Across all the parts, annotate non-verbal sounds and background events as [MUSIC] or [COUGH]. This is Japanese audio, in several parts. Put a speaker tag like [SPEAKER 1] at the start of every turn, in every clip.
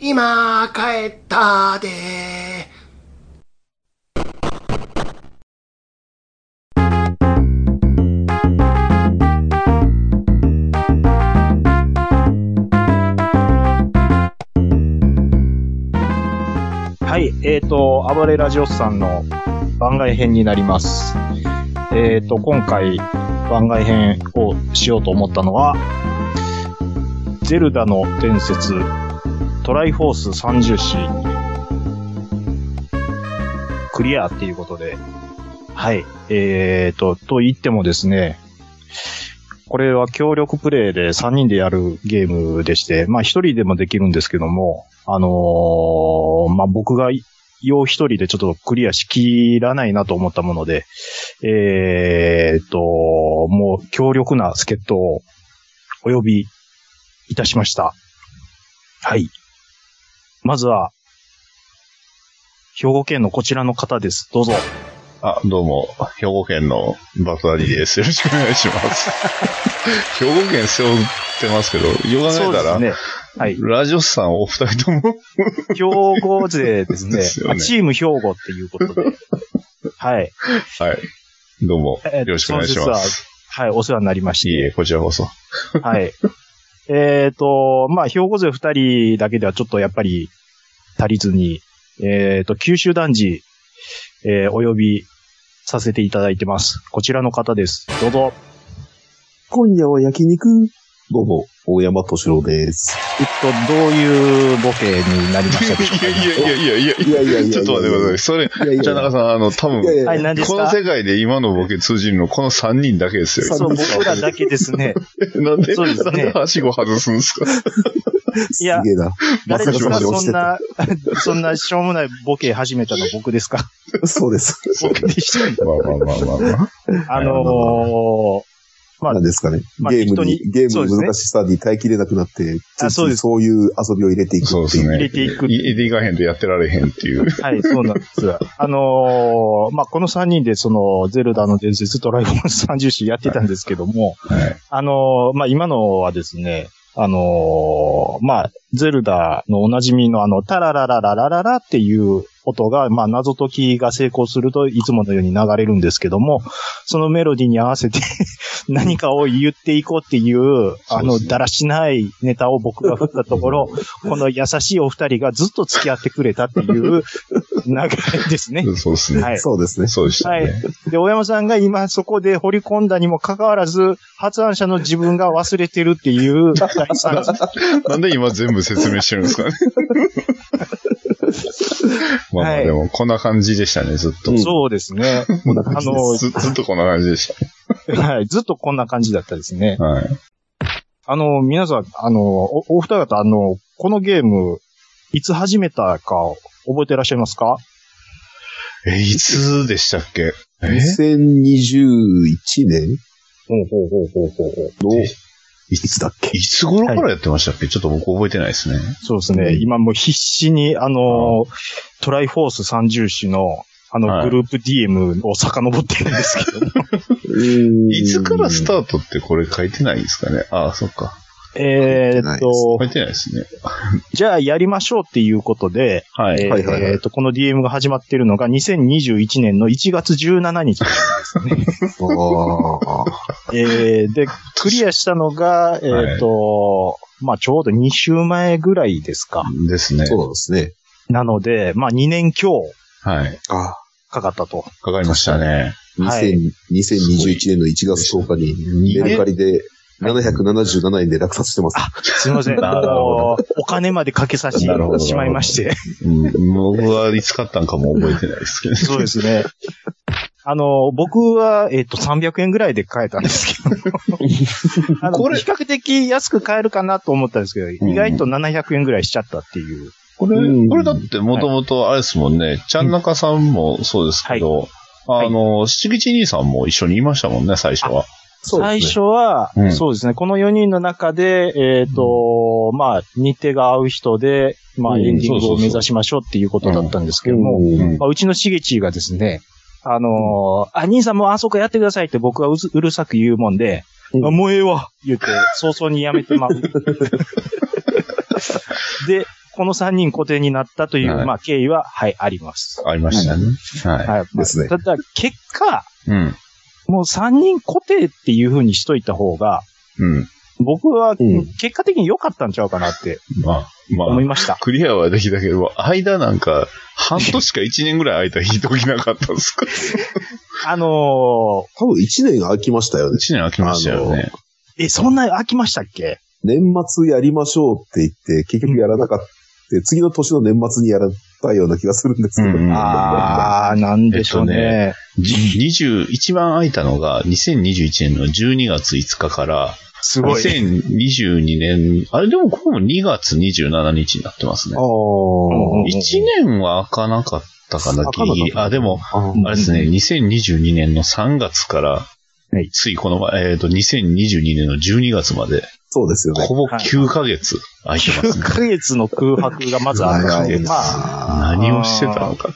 [SPEAKER 1] 今帰ったで
[SPEAKER 2] はい、えっ、ー、と、暴れラジオスさんの番外編になります。えっ、ー、と、今回番外編をしようと思ったのは、ゼルダの伝説、トライフォース30子、クリアっていうことで、はい、えっ、ー、と、と言ってもですね、これは協力プレイで3人でやるゲームでして、まあ1人でもできるんですけども、あのーまあ僕が用一人でちょっとクリアしきらないなと思ったもので、えーっと、もう強力な助っ人をお呼びいたしました。はい。まずは、兵庫県のこちらの方です。どうぞ。
[SPEAKER 3] あ、どうも、兵庫県のバトダディです。よろしくお願いします。兵庫県背負ってますけど、よが
[SPEAKER 2] そう
[SPEAKER 3] ね
[SPEAKER 2] で
[SPEAKER 3] たら、
[SPEAKER 2] すね。はい。
[SPEAKER 3] ラジオスさんお二人とも、
[SPEAKER 2] 兵庫勢ですね。
[SPEAKER 3] [LAUGHS] ですよね
[SPEAKER 2] あチーム兵庫っていうこと
[SPEAKER 3] [LAUGHS]
[SPEAKER 2] で。はい。
[SPEAKER 3] はい。どうも、
[SPEAKER 2] え
[SPEAKER 3] よろしくお願いしま。
[SPEAKER 2] その
[SPEAKER 3] す。
[SPEAKER 2] 節ははい、お世話になりまして。
[SPEAKER 3] いえいえ、こちらこそ。
[SPEAKER 2] はい。えっ、と、まあ、兵庫勢二人だけではちょっとやっぱり足りずに、えっ、と、九州男児、えーお呼びさせていただいてます。こちらの方です。どうぞ。
[SPEAKER 4] 今夜は焼肉。どうも、大山敏郎です。
[SPEAKER 2] えっと、どういうボケになりましたでしょう
[SPEAKER 3] [LAUGHS] い
[SPEAKER 2] か
[SPEAKER 3] やいやいやいやい
[SPEAKER 4] いやいやいや
[SPEAKER 3] [LAUGHS] や、ちょっと待ってください。それ、
[SPEAKER 4] いやいや
[SPEAKER 3] じゃあ中さん、あの、多分、
[SPEAKER 4] いやいや
[SPEAKER 2] はい、何です
[SPEAKER 3] この
[SPEAKER 2] か
[SPEAKER 3] 世界で今のボケ通じるの、この三人だけですよ。
[SPEAKER 2] そう、僕らだけですね。
[SPEAKER 3] [LAUGHS] なんで、
[SPEAKER 2] そうですね
[SPEAKER 3] なんではしご外すんですか
[SPEAKER 2] いや
[SPEAKER 4] すげえな。
[SPEAKER 2] 誰ですか
[SPEAKER 4] まさか
[SPEAKER 2] そ
[SPEAKER 4] そ
[SPEAKER 2] ん
[SPEAKER 4] ん
[SPEAKER 2] な
[SPEAKER 4] な、
[SPEAKER 2] そんなしょうもないボケ始めたの僕ですか [LAUGHS]
[SPEAKER 4] そうです。
[SPEAKER 3] そう
[SPEAKER 2] 僕でした。
[SPEAKER 3] まあまあまあまあまあ。
[SPEAKER 2] あのー、まあ
[SPEAKER 4] 何ですかね。
[SPEAKER 2] まあ
[SPEAKER 4] ゲーム
[SPEAKER 2] 人
[SPEAKER 4] に、
[SPEAKER 2] に
[SPEAKER 4] ゲー
[SPEAKER 2] そう
[SPEAKER 4] ム
[SPEAKER 2] です
[SPEAKER 4] の
[SPEAKER 2] ね
[SPEAKER 4] 難しさに耐えきれなくなって、
[SPEAKER 2] あそうです
[SPEAKER 4] そういう遊びを入れていくって
[SPEAKER 3] そう
[SPEAKER 4] い
[SPEAKER 3] で
[SPEAKER 4] う。
[SPEAKER 3] す
[SPEAKER 2] [LAUGHS]
[SPEAKER 3] ね。
[SPEAKER 2] 入れていく
[SPEAKER 3] 入れていかへんとやってられへんっていう。
[SPEAKER 2] はい、そうなんです。あのーまあ、この3人で、その、ゼルダの伝説、ドラゴン30種やってたんですけども、
[SPEAKER 3] はい。
[SPEAKER 2] あのーまあ、今のはですね、あのーまあ、ゼルダのおなじみのあの、タラララララララっていう音が、まあ、謎解きが成功するといつものように流れるんですけども、そのメロディーに合わせて [LAUGHS] 何かを言っていこうっていう、あ
[SPEAKER 3] そう
[SPEAKER 2] の、
[SPEAKER 3] ですね
[SPEAKER 2] だらしないネタを僕が振ったところ、この優しいお二人がずっと付き合ってくれたっていう流れですね。
[SPEAKER 3] そうですね。
[SPEAKER 2] はい。
[SPEAKER 4] そうですね。
[SPEAKER 3] そうでしたね。
[SPEAKER 2] で、大山さんが今そこで掘り込んだにもかかわらず、発案者の自分が忘れてるっていう第三者。 [LAUGHS]
[SPEAKER 3] なんで今全部説明してるんですかね。まあまあ
[SPEAKER 2] はい
[SPEAKER 3] でも、こんな感じでしたね、ずっと。
[SPEAKER 2] そうですね。
[SPEAKER 4] こんな感
[SPEAKER 2] あ
[SPEAKER 4] じで
[SPEAKER 2] の、
[SPEAKER 3] ずずっとこんな感じでし
[SPEAKER 2] はい。ずっとこんな感じだったですね。
[SPEAKER 3] た。はい。
[SPEAKER 2] あの、皆さん、あの、おお二方、あの、このゲーム、いつ始めたか覚えてらっしゃいますか
[SPEAKER 3] え、いつでしたっけえ
[SPEAKER 4] す。2021年
[SPEAKER 2] ほうほうほうほうほうほう。
[SPEAKER 4] の、
[SPEAKER 3] え
[SPEAKER 4] いつだっけ
[SPEAKER 3] いつ頃からやってましたっけちょっと僕覚えてないですね。
[SPEAKER 2] そうですね。今もう必死に、あの、トライフォース三重視の、あの、
[SPEAKER 3] はい
[SPEAKER 2] グループ DM を遡ってるんですけど
[SPEAKER 3] [LAUGHS]
[SPEAKER 2] も。
[SPEAKER 3] い
[SPEAKER 4] い
[SPEAKER 3] つからス
[SPEAKER 4] ー
[SPEAKER 3] タートってこれ書いてないんですかねああ、そっか。
[SPEAKER 2] えーっと
[SPEAKER 3] 書、いてないですね。
[SPEAKER 2] じゃあやりましょうっていうことで、
[SPEAKER 3] は
[SPEAKER 2] え
[SPEAKER 3] い。
[SPEAKER 2] ー
[SPEAKER 4] はいはいはい
[SPEAKER 2] えーっと、この DM が始まってるのが2021年の1月17日。
[SPEAKER 3] [LAUGHS]
[SPEAKER 4] ト
[SPEAKER 2] えーで、クリアしたのが、えーっと、まあちょうど2週前ぐらいですか。
[SPEAKER 3] ですね。
[SPEAKER 4] そうなんですね。
[SPEAKER 2] なので、まあ2年強
[SPEAKER 3] はい。
[SPEAKER 4] あ
[SPEAKER 2] かかったと。
[SPEAKER 3] かかりましたね。
[SPEAKER 4] 2000
[SPEAKER 2] はい
[SPEAKER 4] 2021年の1月10日に、メルカリで777円で落札してます。
[SPEAKER 2] すいません。あ
[SPEAKER 3] [LAUGHS] なるほ
[SPEAKER 2] の、お金までかけさせ
[SPEAKER 3] なるほ
[SPEAKER 2] て
[SPEAKER 3] ど
[SPEAKER 2] しまいまして。
[SPEAKER 3] うん僕はいつ買ったんかも覚えてないですけど。
[SPEAKER 2] そうですね。あの、僕は、えっ、と、300円ぐらいで買えたんですけ
[SPEAKER 3] [LAUGHS]
[SPEAKER 2] ど。あの
[SPEAKER 3] これ
[SPEAKER 2] 比較的安く買えるかなと思ったんですけど、意外と700円ぐらいしちゃったっていう。
[SPEAKER 3] これ、
[SPEAKER 4] うん
[SPEAKER 3] これだってもともとあれですもんね、ちゃんなかさんもそうですけど、
[SPEAKER 2] はい
[SPEAKER 3] あの、七口兄さんも一緒にいましたもんね、最初は。
[SPEAKER 4] そうです
[SPEAKER 2] 最
[SPEAKER 4] ね
[SPEAKER 2] 初は、
[SPEAKER 3] うん
[SPEAKER 2] そうですね、この4人の中で、えっ、と、まあ、日程が合う人で、まあ、
[SPEAKER 4] うん
[SPEAKER 2] エンディン
[SPEAKER 3] そう
[SPEAKER 2] グ
[SPEAKER 3] そう
[SPEAKER 2] を
[SPEAKER 3] そう
[SPEAKER 2] 目指しましょうっていうことだったんですけども、
[SPEAKER 4] うん
[SPEAKER 3] うん
[SPEAKER 2] まあ、うちのしげちがですね、あのーあ、兄さんもうあそこやってくださいって僕はうずうるさく言うもんで、
[SPEAKER 4] うん
[SPEAKER 2] あもうええわ言って、早々にやめてまう。で、この3人固定になったという、
[SPEAKER 3] はい
[SPEAKER 2] まあ、経緯は、はい、あります。
[SPEAKER 3] ありましたね。は
[SPEAKER 2] はい。
[SPEAKER 3] い。
[SPEAKER 2] まあ
[SPEAKER 4] ですね
[SPEAKER 2] ただ、結果、
[SPEAKER 3] うん。
[SPEAKER 2] もう3人固定っていう風にしといた方が、
[SPEAKER 3] うん。
[SPEAKER 2] 僕は、
[SPEAKER 4] うん
[SPEAKER 2] 結果的に良かったんちゃうかなって
[SPEAKER 3] まあ、ま
[SPEAKER 2] 思い
[SPEAKER 3] あ、
[SPEAKER 2] ました。
[SPEAKER 3] クリアはできたけど、間なんか、半年か1年ぐらい間引いておきなかったんです [LAUGHS] か
[SPEAKER 2] あの
[SPEAKER 4] 多分1年空きましたよね
[SPEAKER 3] ?1。年空きましたよね。
[SPEAKER 2] ーえ、そんな飽きましたっけ
[SPEAKER 4] 年末やりましょうって言って、結局やらなかった。次の年の年末にやらたような気がするんですけど。
[SPEAKER 3] うん
[SPEAKER 2] あー、なんでしょう
[SPEAKER 3] えっと
[SPEAKER 2] ね
[SPEAKER 3] じ20一番空いたのが、2021年の12月5日から、
[SPEAKER 2] すごい。
[SPEAKER 3] 2022年、あれでもここも2月27日になってますね。
[SPEAKER 2] うん
[SPEAKER 3] 1年は開かなかったかな、ギ
[SPEAKER 4] 開かなかった
[SPEAKER 3] リギリ。あ、でも、
[SPEAKER 4] ああ。
[SPEAKER 3] あれですね、2022年の3月から、
[SPEAKER 2] はい
[SPEAKER 3] ついこの前、えっ、と、2022年の12月まで、
[SPEAKER 4] そうですよね。
[SPEAKER 3] ほぼ
[SPEAKER 2] はい
[SPEAKER 3] 9ヶ月空いてま
[SPEAKER 2] 9
[SPEAKER 3] すね。
[SPEAKER 2] ヶ月の空白がまずある
[SPEAKER 4] 長
[SPEAKER 2] の
[SPEAKER 4] い
[SPEAKER 2] で、
[SPEAKER 4] な
[SPEAKER 2] まあ、
[SPEAKER 3] 何をしてたのか。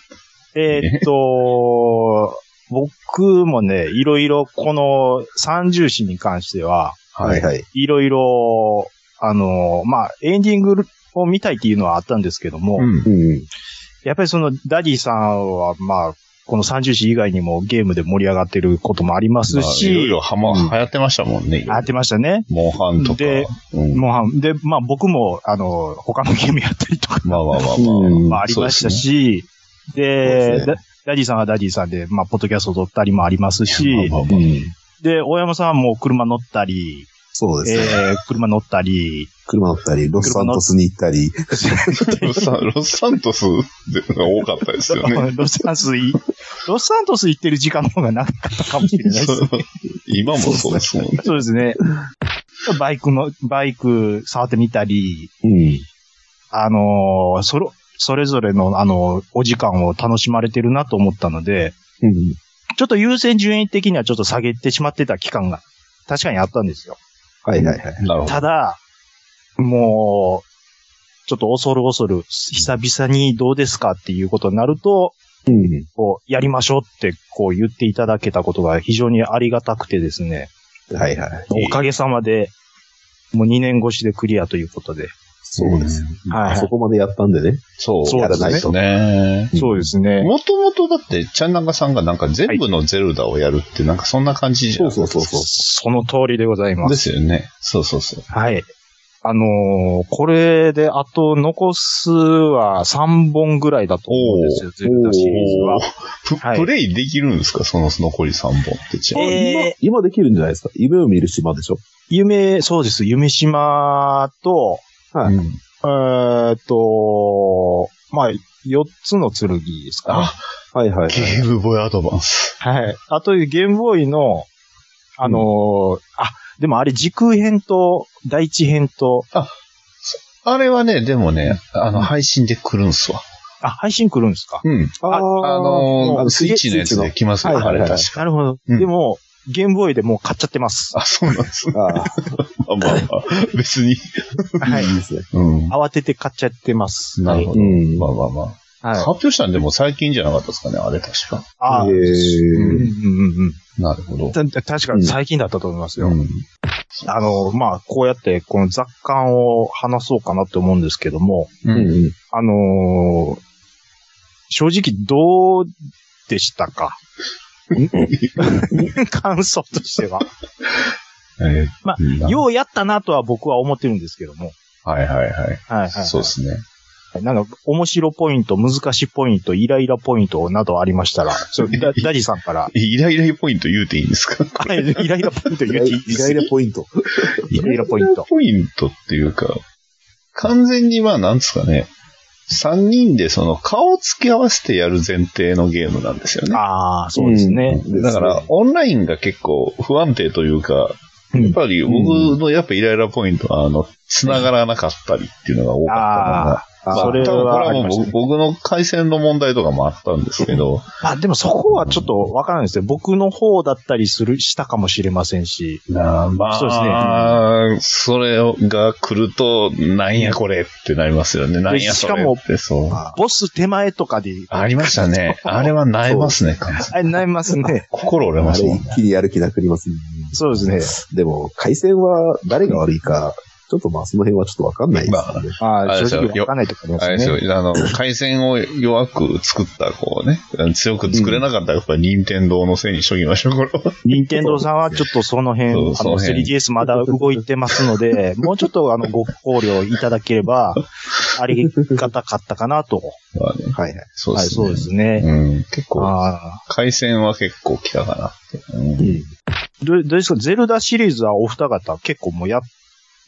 [SPEAKER 2] えーっと、僕もね、いろいろこの三重詩に関しては、
[SPEAKER 4] はいはい。
[SPEAKER 2] いろいろ、あの、まあ、エンディングを見たいっていうのはあったんですけども、
[SPEAKER 3] うん。
[SPEAKER 4] うん。
[SPEAKER 2] やっぱりそのダディさんは、まあ、この三重詩以外にもゲームで盛り上がってることもあります
[SPEAKER 3] まあいろい
[SPEAKER 2] し、
[SPEAKER 3] ろはま、流行ってましたもんね。
[SPEAKER 2] あってましたね。
[SPEAKER 3] モンハンとか。
[SPEAKER 2] で
[SPEAKER 3] うん
[SPEAKER 2] もう、で、まあ僕も、あの、他のゲームやったりとか、
[SPEAKER 3] まあまあまあ
[SPEAKER 4] うん
[SPEAKER 3] ま
[SPEAKER 2] ま
[SPEAKER 3] あ。
[SPEAKER 2] あ、ありましたし、で
[SPEAKER 4] そうですね
[SPEAKER 2] ダダディさんはダディさんで、まあ、ポッドキャストを撮ったりもあります
[SPEAKER 3] そうですね、
[SPEAKER 2] し、
[SPEAKER 3] まあまあまあ
[SPEAKER 4] うん
[SPEAKER 2] で、大山さんも車乗ったり、
[SPEAKER 4] そうですね。
[SPEAKER 2] えー、車乗ったり、
[SPEAKER 4] 車乗ったり、ロスサントスに行ったり、
[SPEAKER 3] ロスサンロスサントスが多かったです
[SPEAKER 2] [LAUGHS]
[SPEAKER 3] よね。
[SPEAKER 2] ロサンスい、ロサントス行ってる時間の方が長かったかもしれないです。
[SPEAKER 3] そう [LAUGHS] 今もそうですもんね。
[SPEAKER 2] そうですね。バイクの、バイク触ってみたり、
[SPEAKER 4] うん。
[SPEAKER 2] あのーそれ、それぞれの、あのーお時間を楽しまれてるなと思ったので、
[SPEAKER 4] うん。
[SPEAKER 2] ちょっと優先順位的にはちょっと下げてしまってた期間が、確かにあったんですよ。
[SPEAKER 4] はいはいはい。
[SPEAKER 3] なるほど。
[SPEAKER 2] ただ、もう、ちょっと恐る恐る、久々にどうですかっていうことになると、
[SPEAKER 4] うん。
[SPEAKER 2] こう、やりましょうって、こう言っていただけたことが非常にありがたくてですね、
[SPEAKER 4] はいはい。
[SPEAKER 3] ええ
[SPEAKER 2] おかげさまで、もう2年越しでクリアということで。
[SPEAKER 4] そうです。
[SPEAKER 2] は
[SPEAKER 4] そこまでやったんでね。
[SPEAKER 3] そう。
[SPEAKER 2] そうですね
[SPEAKER 3] ですね。
[SPEAKER 2] そうですね。
[SPEAKER 3] もともとだって、ちゃんなんかさんがなんか全部のゼルダをやるって、なんかそんな感じじゃ
[SPEAKER 4] そ
[SPEAKER 3] ん。
[SPEAKER 4] うそうそうそう。
[SPEAKER 2] その通りでございま。
[SPEAKER 3] ですすよね。そうそうそう。
[SPEAKER 2] はい。あのーこれで、あと残すは3本ぐらいだと思うんですよ、ゼルダシリーズは
[SPEAKER 3] おー。プ
[SPEAKER 2] はい
[SPEAKER 3] プレイできるんですかその残り3本って。ちなみに
[SPEAKER 2] えー
[SPEAKER 4] 今できるんじゃないですか。夢を見る島でしょ。
[SPEAKER 2] 夢、そうです。夢島と、
[SPEAKER 4] はい
[SPEAKER 3] うん
[SPEAKER 2] えーっと、まあ、4つの剣ですかね。
[SPEAKER 3] あ、
[SPEAKER 4] はいはいはい。
[SPEAKER 3] ゲームボーイアドバンス。
[SPEAKER 2] はい。あと、ゲームボーイの、あのーあ、でもあれ、時空編と、第一編と、
[SPEAKER 3] あれはね、でもね、あの、配信で来るんすわ。
[SPEAKER 2] あ、配信来るんですか
[SPEAKER 3] うん。
[SPEAKER 4] あー
[SPEAKER 3] あのー、スイッチのやつで。来ますよ、
[SPEAKER 4] はいは
[SPEAKER 3] あ
[SPEAKER 4] いは
[SPEAKER 3] れ
[SPEAKER 4] い
[SPEAKER 3] 確か。
[SPEAKER 2] なるほど。
[SPEAKER 3] うん
[SPEAKER 2] でも、ゲームボーイでもう買っちゃってます。
[SPEAKER 3] あ、そうなんです。 [LAUGHS] ま
[SPEAKER 4] あ
[SPEAKER 3] あまあまあ、別に。
[SPEAKER 4] あ、
[SPEAKER 2] はい
[SPEAKER 4] い。いですね。
[SPEAKER 3] うん。
[SPEAKER 2] 慌てて買っちゃってます。
[SPEAKER 3] なるほ
[SPEAKER 4] う
[SPEAKER 3] ど。
[SPEAKER 4] ん。
[SPEAKER 3] まあまあまあ。
[SPEAKER 2] はい。
[SPEAKER 3] 発表したんでも最近じゃなかったですかね、あれ確か。
[SPEAKER 2] あ
[SPEAKER 4] え
[SPEAKER 2] ーうんうん
[SPEAKER 4] ー
[SPEAKER 2] うん
[SPEAKER 3] なるほど。
[SPEAKER 2] うん。た確かに最近だったと思いますよ。
[SPEAKER 3] うん
[SPEAKER 2] あの、まあ、こうやって、この雑感を話そうかなって思うんですけども、
[SPEAKER 3] う
[SPEAKER 4] うん
[SPEAKER 3] ん。
[SPEAKER 4] うん。
[SPEAKER 2] あのー正直どうでしたか [LAUGHS] 感想としては。
[SPEAKER 3] えー
[SPEAKER 2] まあ
[SPEAKER 3] うん
[SPEAKER 2] ようやったなとは僕は思ってるんですけども。
[SPEAKER 3] はいはいはい。
[SPEAKER 2] はいはい、
[SPEAKER 3] そうですね。
[SPEAKER 2] す。なんか、面白ポイント、難しポイント、イライラポイントなどありましたら、そうダダディさんから、
[SPEAKER 3] イライラポイント言うていいんですか
[SPEAKER 2] はいイライラ [LAUGHS] ポイント
[SPEAKER 4] 意
[SPEAKER 2] 言っ
[SPEAKER 4] 外
[SPEAKER 2] ていいです
[SPEAKER 4] なポイント。
[SPEAKER 2] [LAUGHS] イライラポイント。
[SPEAKER 3] ポイントっていうか、完全にまあなんですかね、三人でその顔を付き合わせてやる前提のゲームなんですよね。
[SPEAKER 2] ああ、そうですね。
[SPEAKER 4] うん
[SPEAKER 3] だから、、オンラインが結構不安定というか、
[SPEAKER 2] うん
[SPEAKER 3] やっぱり僕のやっぱイライラポイントは、あの、繋がらなかったりっていうのが多かったのが、
[SPEAKER 2] あーそれ
[SPEAKER 3] 多分これ
[SPEAKER 2] はあ
[SPEAKER 3] は
[SPEAKER 2] り
[SPEAKER 3] も
[SPEAKER 2] ましたね
[SPEAKER 3] う僕の回線の問題とかもあったんですけど、
[SPEAKER 2] まあでもそこはちょっとわからないですね。僕の方だったりする、したかもしれませんし。
[SPEAKER 3] なまあ、
[SPEAKER 2] そうですね
[SPEAKER 3] それが来ると、なんやこれってなりますよね。なんやそれって、そう。
[SPEAKER 2] ボス手前とかで、
[SPEAKER 3] ありましたね。あれは萎えますね、完全に。
[SPEAKER 2] あれ、なりますね
[SPEAKER 3] 心折れ
[SPEAKER 4] あ
[SPEAKER 3] ます
[SPEAKER 4] れ
[SPEAKER 3] もんね。
[SPEAKER 4] 一気にやる気なくなりますね。
[SPEAKER 2] そうです
[SPEAKER 4] でも、回線は誰が悪いか、ちょっとまあその辺はちょっとわかんないですね
[SPEAKER 2] ね。。ま
[SPEAKER 3] あれ
[SPEAKER 2] あ、
[SPEAKER 3] です
[SPEAKER 2] 正
[SPEAKER 3] よ
[SPEAKER 2] 直わかんないとこありま
[SPEAKER 3] あれですす
[SPEAKER 2] ね。
[SPEAKER 3] よ、あの、回線を弱く作った、こうね、強く作れなかったら、やっぱり任天堂のせいにしときましょう、これは。
[SPEAKER 2] 任天堂さんはちょっとその辺、あ
[SPEAKER 3] そう
[SPEAKER 2] の、
[SPEAKER 3] その辺
[SPEAKER 2] 3DS まだ動いてますので、
[SPEAKER 3] [LAUGHS]
[SPEAKER 2] もうちょっとあの、ご考慮いただければ、ありがたかったかなと。
[SPEAKER 3] まあね、
[SPEAKER 4] はいはい。
[SPEAKER 3] そうで
[SPEAKER 2] はい、
[SPEAKER 3] す
[SPEAKER 2] そ
[SPEAKER 3] ね。
[SPEAKER 2] うですね。
[SPEAKER 3] うん、結構、
[SPEAKER 2] あ
[SPEAKER 3] 回線は結構来たかなって。うん
[SPEAKER 4] うん
[SPEAKER 2] ーどうどうですかゼルダシリーズはお二方結構もうやっ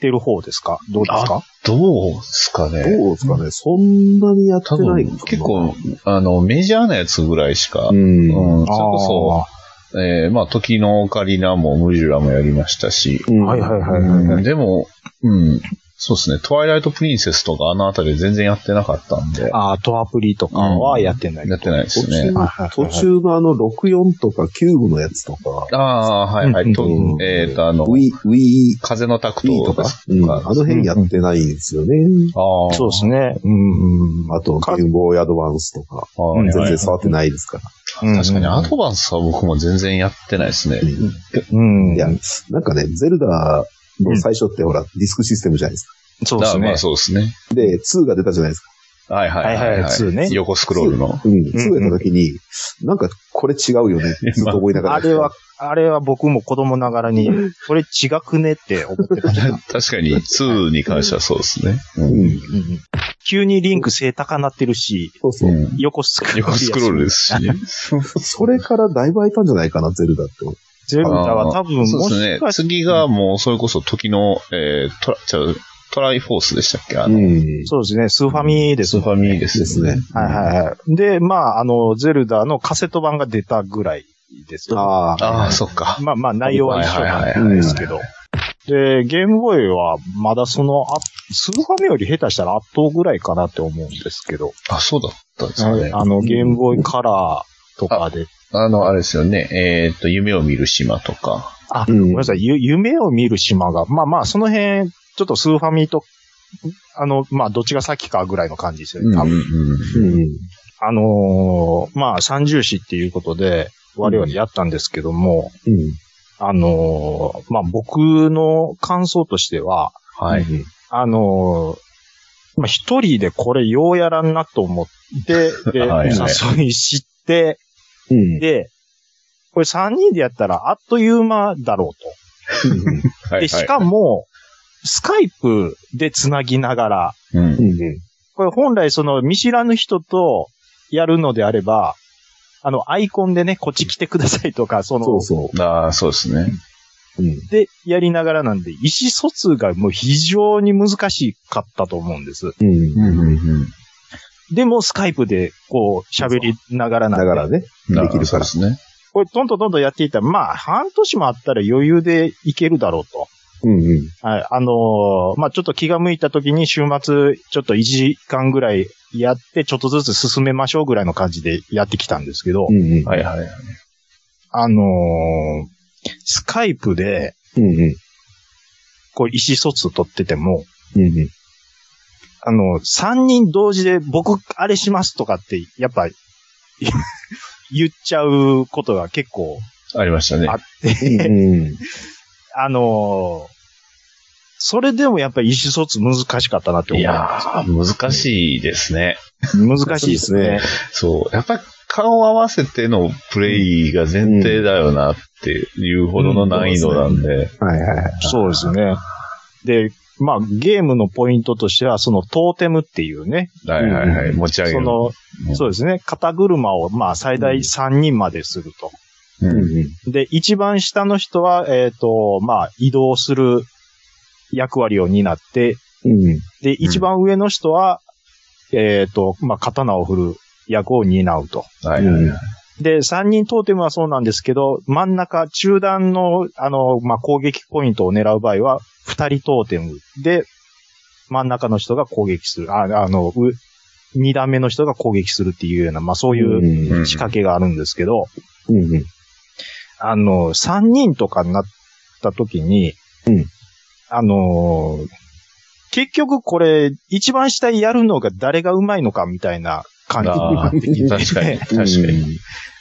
[SPEAKER 2] てる方ですかどうですか
[SPEAKER 3] どうですかね。
[SPEAKER 4] どうですかね、そんなにやって
[SPEAKER 3] 多
[SPEAKER 4] な
[SPEAKER 3] 分
[SPEAKER 4] いかな
[SPEAKER 3] 結構、、あの、メジャーなやつぐらいしか、う
[SPEAKER 4] う
[SPEAKER 3] ん、
[SPEAKER 4] ん。
[SPEAKER 3] それこそ、えーまあ、時のオカリナもムジュラもやりましたし、
[SPEAKER 4] うん
[SPEAKER 2] はいはいはい
[SPEAKER 3] うんでも、うん、そうですね、トワイライトプリンセスとかあのあたり全然やってなかったんで、
[SPEAKER 2] ああ、トアプリとかはやってない。
[SPEAKER 3] やってないで
[SPEAKER 4] 途
[SPEAKER 3] すね
[SPEAKER 4] 中。
[SPEAKER 2] はいはいはい
[SPEAKER 4] 途中のあの64とか95のやつとか、
[SPEAKER 3] ああー、はいは
[SPEAKER 2] うん
[SPEAKER 3] い。と
[SPEAKER 4] うん
[SPEAKER 3] えっと、あの、
[SPEAKER 4] ウィ、ウィ、
[SPEAKER 3] 風のタク
[SPEAKER 4] ウィ
[SPEAKER 3] トと
[SPEAKER 4] とか
[SPEAKER 3] か。、
[SPEAKER 4] うんあの辺やってないんですよね。
[SPEAKER 3] ああ。
[SPEAKER 2] そうですね。うん、うん。
[SPEAKER 4] あと、ゲームボーイアドバンスとか、
[SPEAKER 3] はい
[SPEAKER 2] うん
[SPEAKER 4] 全然触ってないですから。
[SPEAKER 2] うん
[SPEAKER 3] 確かに、アドバンスは僕も全然やってないですね。
[SPEAKER 2] うん。
[SPEAKER 4] いや、なんかね、ゼルダの最初ってほら、ディスクシステムじゃないですか。
[SPEAKER 2] そうで
[SPEAKER 3] だか
[SPEAKER 2] す
[SPEAKER 3] らま
[SPEAKER 2] ね
[SPEAKER 3] あ。そうですね。
[SPEAKER 4] で、2が出たじゃないですか。
[SPEAKER 3] はいはい
[SPEAKER 2] はいはいツーね
[SPEAKER 3] 横スクロールの。
[SPEAKER 4] うん、2が出た時に、なんかこれ違うよねってずっと思いながら。
[SPEAKER 2] あれは、あれは僕も子供ながらに、これ違くねって思って
[SPEAKER 3] [LAUGHS]
[SPEAKER 2] ました。
[SPEAKER 3] 確かに、2に関してはそうですね。
[SPEAKER 4] うん、
[SPEAKER 2] うん急にリンク背高なってるし、
[SPEAKER 4] そうそう。
[SPEAKER 3] うん
[SPEAKER 2] 横スクロールやし。
[SPEAKER 3] 横スクロールですしね。
[SPEAKER 4] それからだいぶ空いたんじゃないかな、ゼルダって。
[SPEAKER 2] ゼルダは多分、も
[SPEAKER 3] そうです
[SPEAKER 2] し
[SPEAKER 3] ね
[SPEAKER 2] か。して、
[SPEAKER 3] 次がもう、それこそ時の、えー、トラ、ちゃうトライフォースでしたっけあの、
[SPEAKER 4] ん。
[SPEAKER 2] そうですね、スーファミです。
[SPEAKER 3] スーファミです
[SPEAKER 4] ですね。
[SPEAKER 2] はいはいはい。で、まあ、あの、ゼルダのカセット版が出たぐらいです。
[SPEAKER 4] ああ。
[SPEAKER 3] ああ、そっか。
[SPEAKER 2] まあまあ、内容は一緒なんですけど。で、ゲームボーイは、まだその、あスーファミより下手したら圧倒ぐらいかなって思うんですけど。
[SPEAKER 3] あ、そうだったんですかね。
[SPEAKER 2] あの、ゲームボーイカラーとかで。
[SPEAKER 3] あの、あれですよね。えっと、夢を見る島とか。
[SPEAKER 2] あ、
[SPEAKER 4] うん
[SPEAKER 2] ごめんなさい、ゆ夢を見る島が、まあまあ、その辺、ちょっとスーファミと、あの、まあ、どっちが先かぐらいの感じですよね、多分。
[SPEAKER 3] うん
[SPEAKER 4] うん。
[SPEAKER 2] あのーまあ、三重視っていうことで、我々やったんですけども、
[SPEAKER 4] うん。
[SPEAKER 2] あのーまあ、僕の感想としては、
[SPEAKER 3] はい。
[SPEAKER 2] あのーまあ、一人でこれようやらんなと思って、で、
[SPEAKER 3] はいはい
[SPEAKER 2] お誘い知って、
[SPEAKER 4] うん。
[SPEAKER 2] で、これ三人でやったらあっという間だろうと。
[SPEAKER 3] はい
[SPEAKER 2] で、しか
[SPEAKER 3] も、
[SPEAKER 2] も、スカイプで繋ぎながら、
[SPEAKER 3] うん
[SPEAKER 4] うん。
[SPEAKER 2] これ本来その見知らぬ人とやるのであれば、あの、アイコンでね、こっち来てくださいとか、その、
[SPEAKER 4] そうそ
[SPEAKER 3] ああ、そうですね。
[SPEAKER 4] う。うん。
[SPEAKER 2] で、やりながらなんで、意思疎通がもう非常に難しかったと思うんです。
[SPEAKER 4] うん。
[SPEAKER 2] でも、スカイプで、こう、喋りながらな
[SPEAKER 4] だ
[SPEAKER 2] んで。
[SPEAKER 4] からね。
[SPEAKER 3] な
[SPEAKER 4] できるから
[SPEAKER 3] そうですね。
[SPEAKER 2] これ、どんどんどんどんやっていったら、まあ、半年もあったら余裕でいけるだろうと。
[SPEAKER 4] うんうん。
[SPEAKER 2] はい、あのーまあ、ちょっと気が向いた時に週末、ちょっと1時間ぐらいやって、ちょっとずつ進めましょうぐらいの感じでやってきたんですけど、
[SPEAKER 4] うんうん。
[SPEAKER 3] はいはいはい。
[SPEAKER 2] あのースカイプで、
[SPEAKER 4] うんうん。
[SPEAKER 2] こう、意思疎通取ってても、
[SPEAKER 4] うんうん。
[SPEAKER 2] あの3人同時で僕、あれしますとかって、やっぱ、 [LAUGHS] 言っちゃうことが結構
[SPEAKER 3] ありましたね。
[SPEAKER 2] あ
[SPEAKER 3] あ
[SPEAKER 2] って、
[SPEAKER 4] [LAUGHS] うん。
[SPEAKER 2] あのーそれでもやっぱり意思疎通難しかったなって
[SPEAKER 3] い
[SPEAKER 2] 思う。
[SPEAKER 3] やー、難しいですね。
[SPEAKER 2] 難しいですね。
[SPEAKER 3] そう。やっぱり顔を合わせてのプレイが前提だよなっていうほどの難易度なんで。
[SPEAKER 4] はいはいはい。
[SPEAKER 2] そうですね。で、まあ、ゲームのポイントとしては、そのトーテムっていうね、
[SPEAKER 3] はいはいはい。持ち上げ
[SPEAKER 2] そ
[SPEAKER 3] る。
[SPEAKER 2] の、
[SPEAKER 3] うん
[SPEAKER 2] そうですね、肩車を、まあ、最大3人まですると。
[SPEAKER 3] う
[SPEAKER 4] うん
[SPEAKER 3] ん
[SPEAKER 4] うん。
[SPEAKER 2] で、一番下の人は、えっ、と、まあ、移動する役割を担って、
[SPEAKER 4] うん。
[SPEAKER 2] で、一番上の人は、えっ、と、まあ、刀を振る役を担うと。
[SPEAKER 3] はいはいはい。
[SPEAKER 2] で、三人トーテムはそうなんですけど、真ん中、中段の、あの、まあ、攻撃ポイントを狙う場合は、二人トーテムで、真ん中の人が攻撃する。ああの、う二段目の人が攻撃するっていうような、まあ、そういう
[SPEAKER 4] うん
[SPEAKER 3] うん
[SPEAKER 2] 仕掛けがあるんですけど、
[SPEAKER 4] うんうん
[SPEAKER 2] あの、三人とかになった時に、
[SPEAKER 4] うん
[SPEAKER 2] あのー結局これ、一番下やるのが誰が上手いのかみたいな感じにな
[SPEAKER 3] あ
[SPEAKER 2] ってき
[SPEAKER 3] ー
[SPEAKER 2] て
[SPEAKER 3] 確かに、確か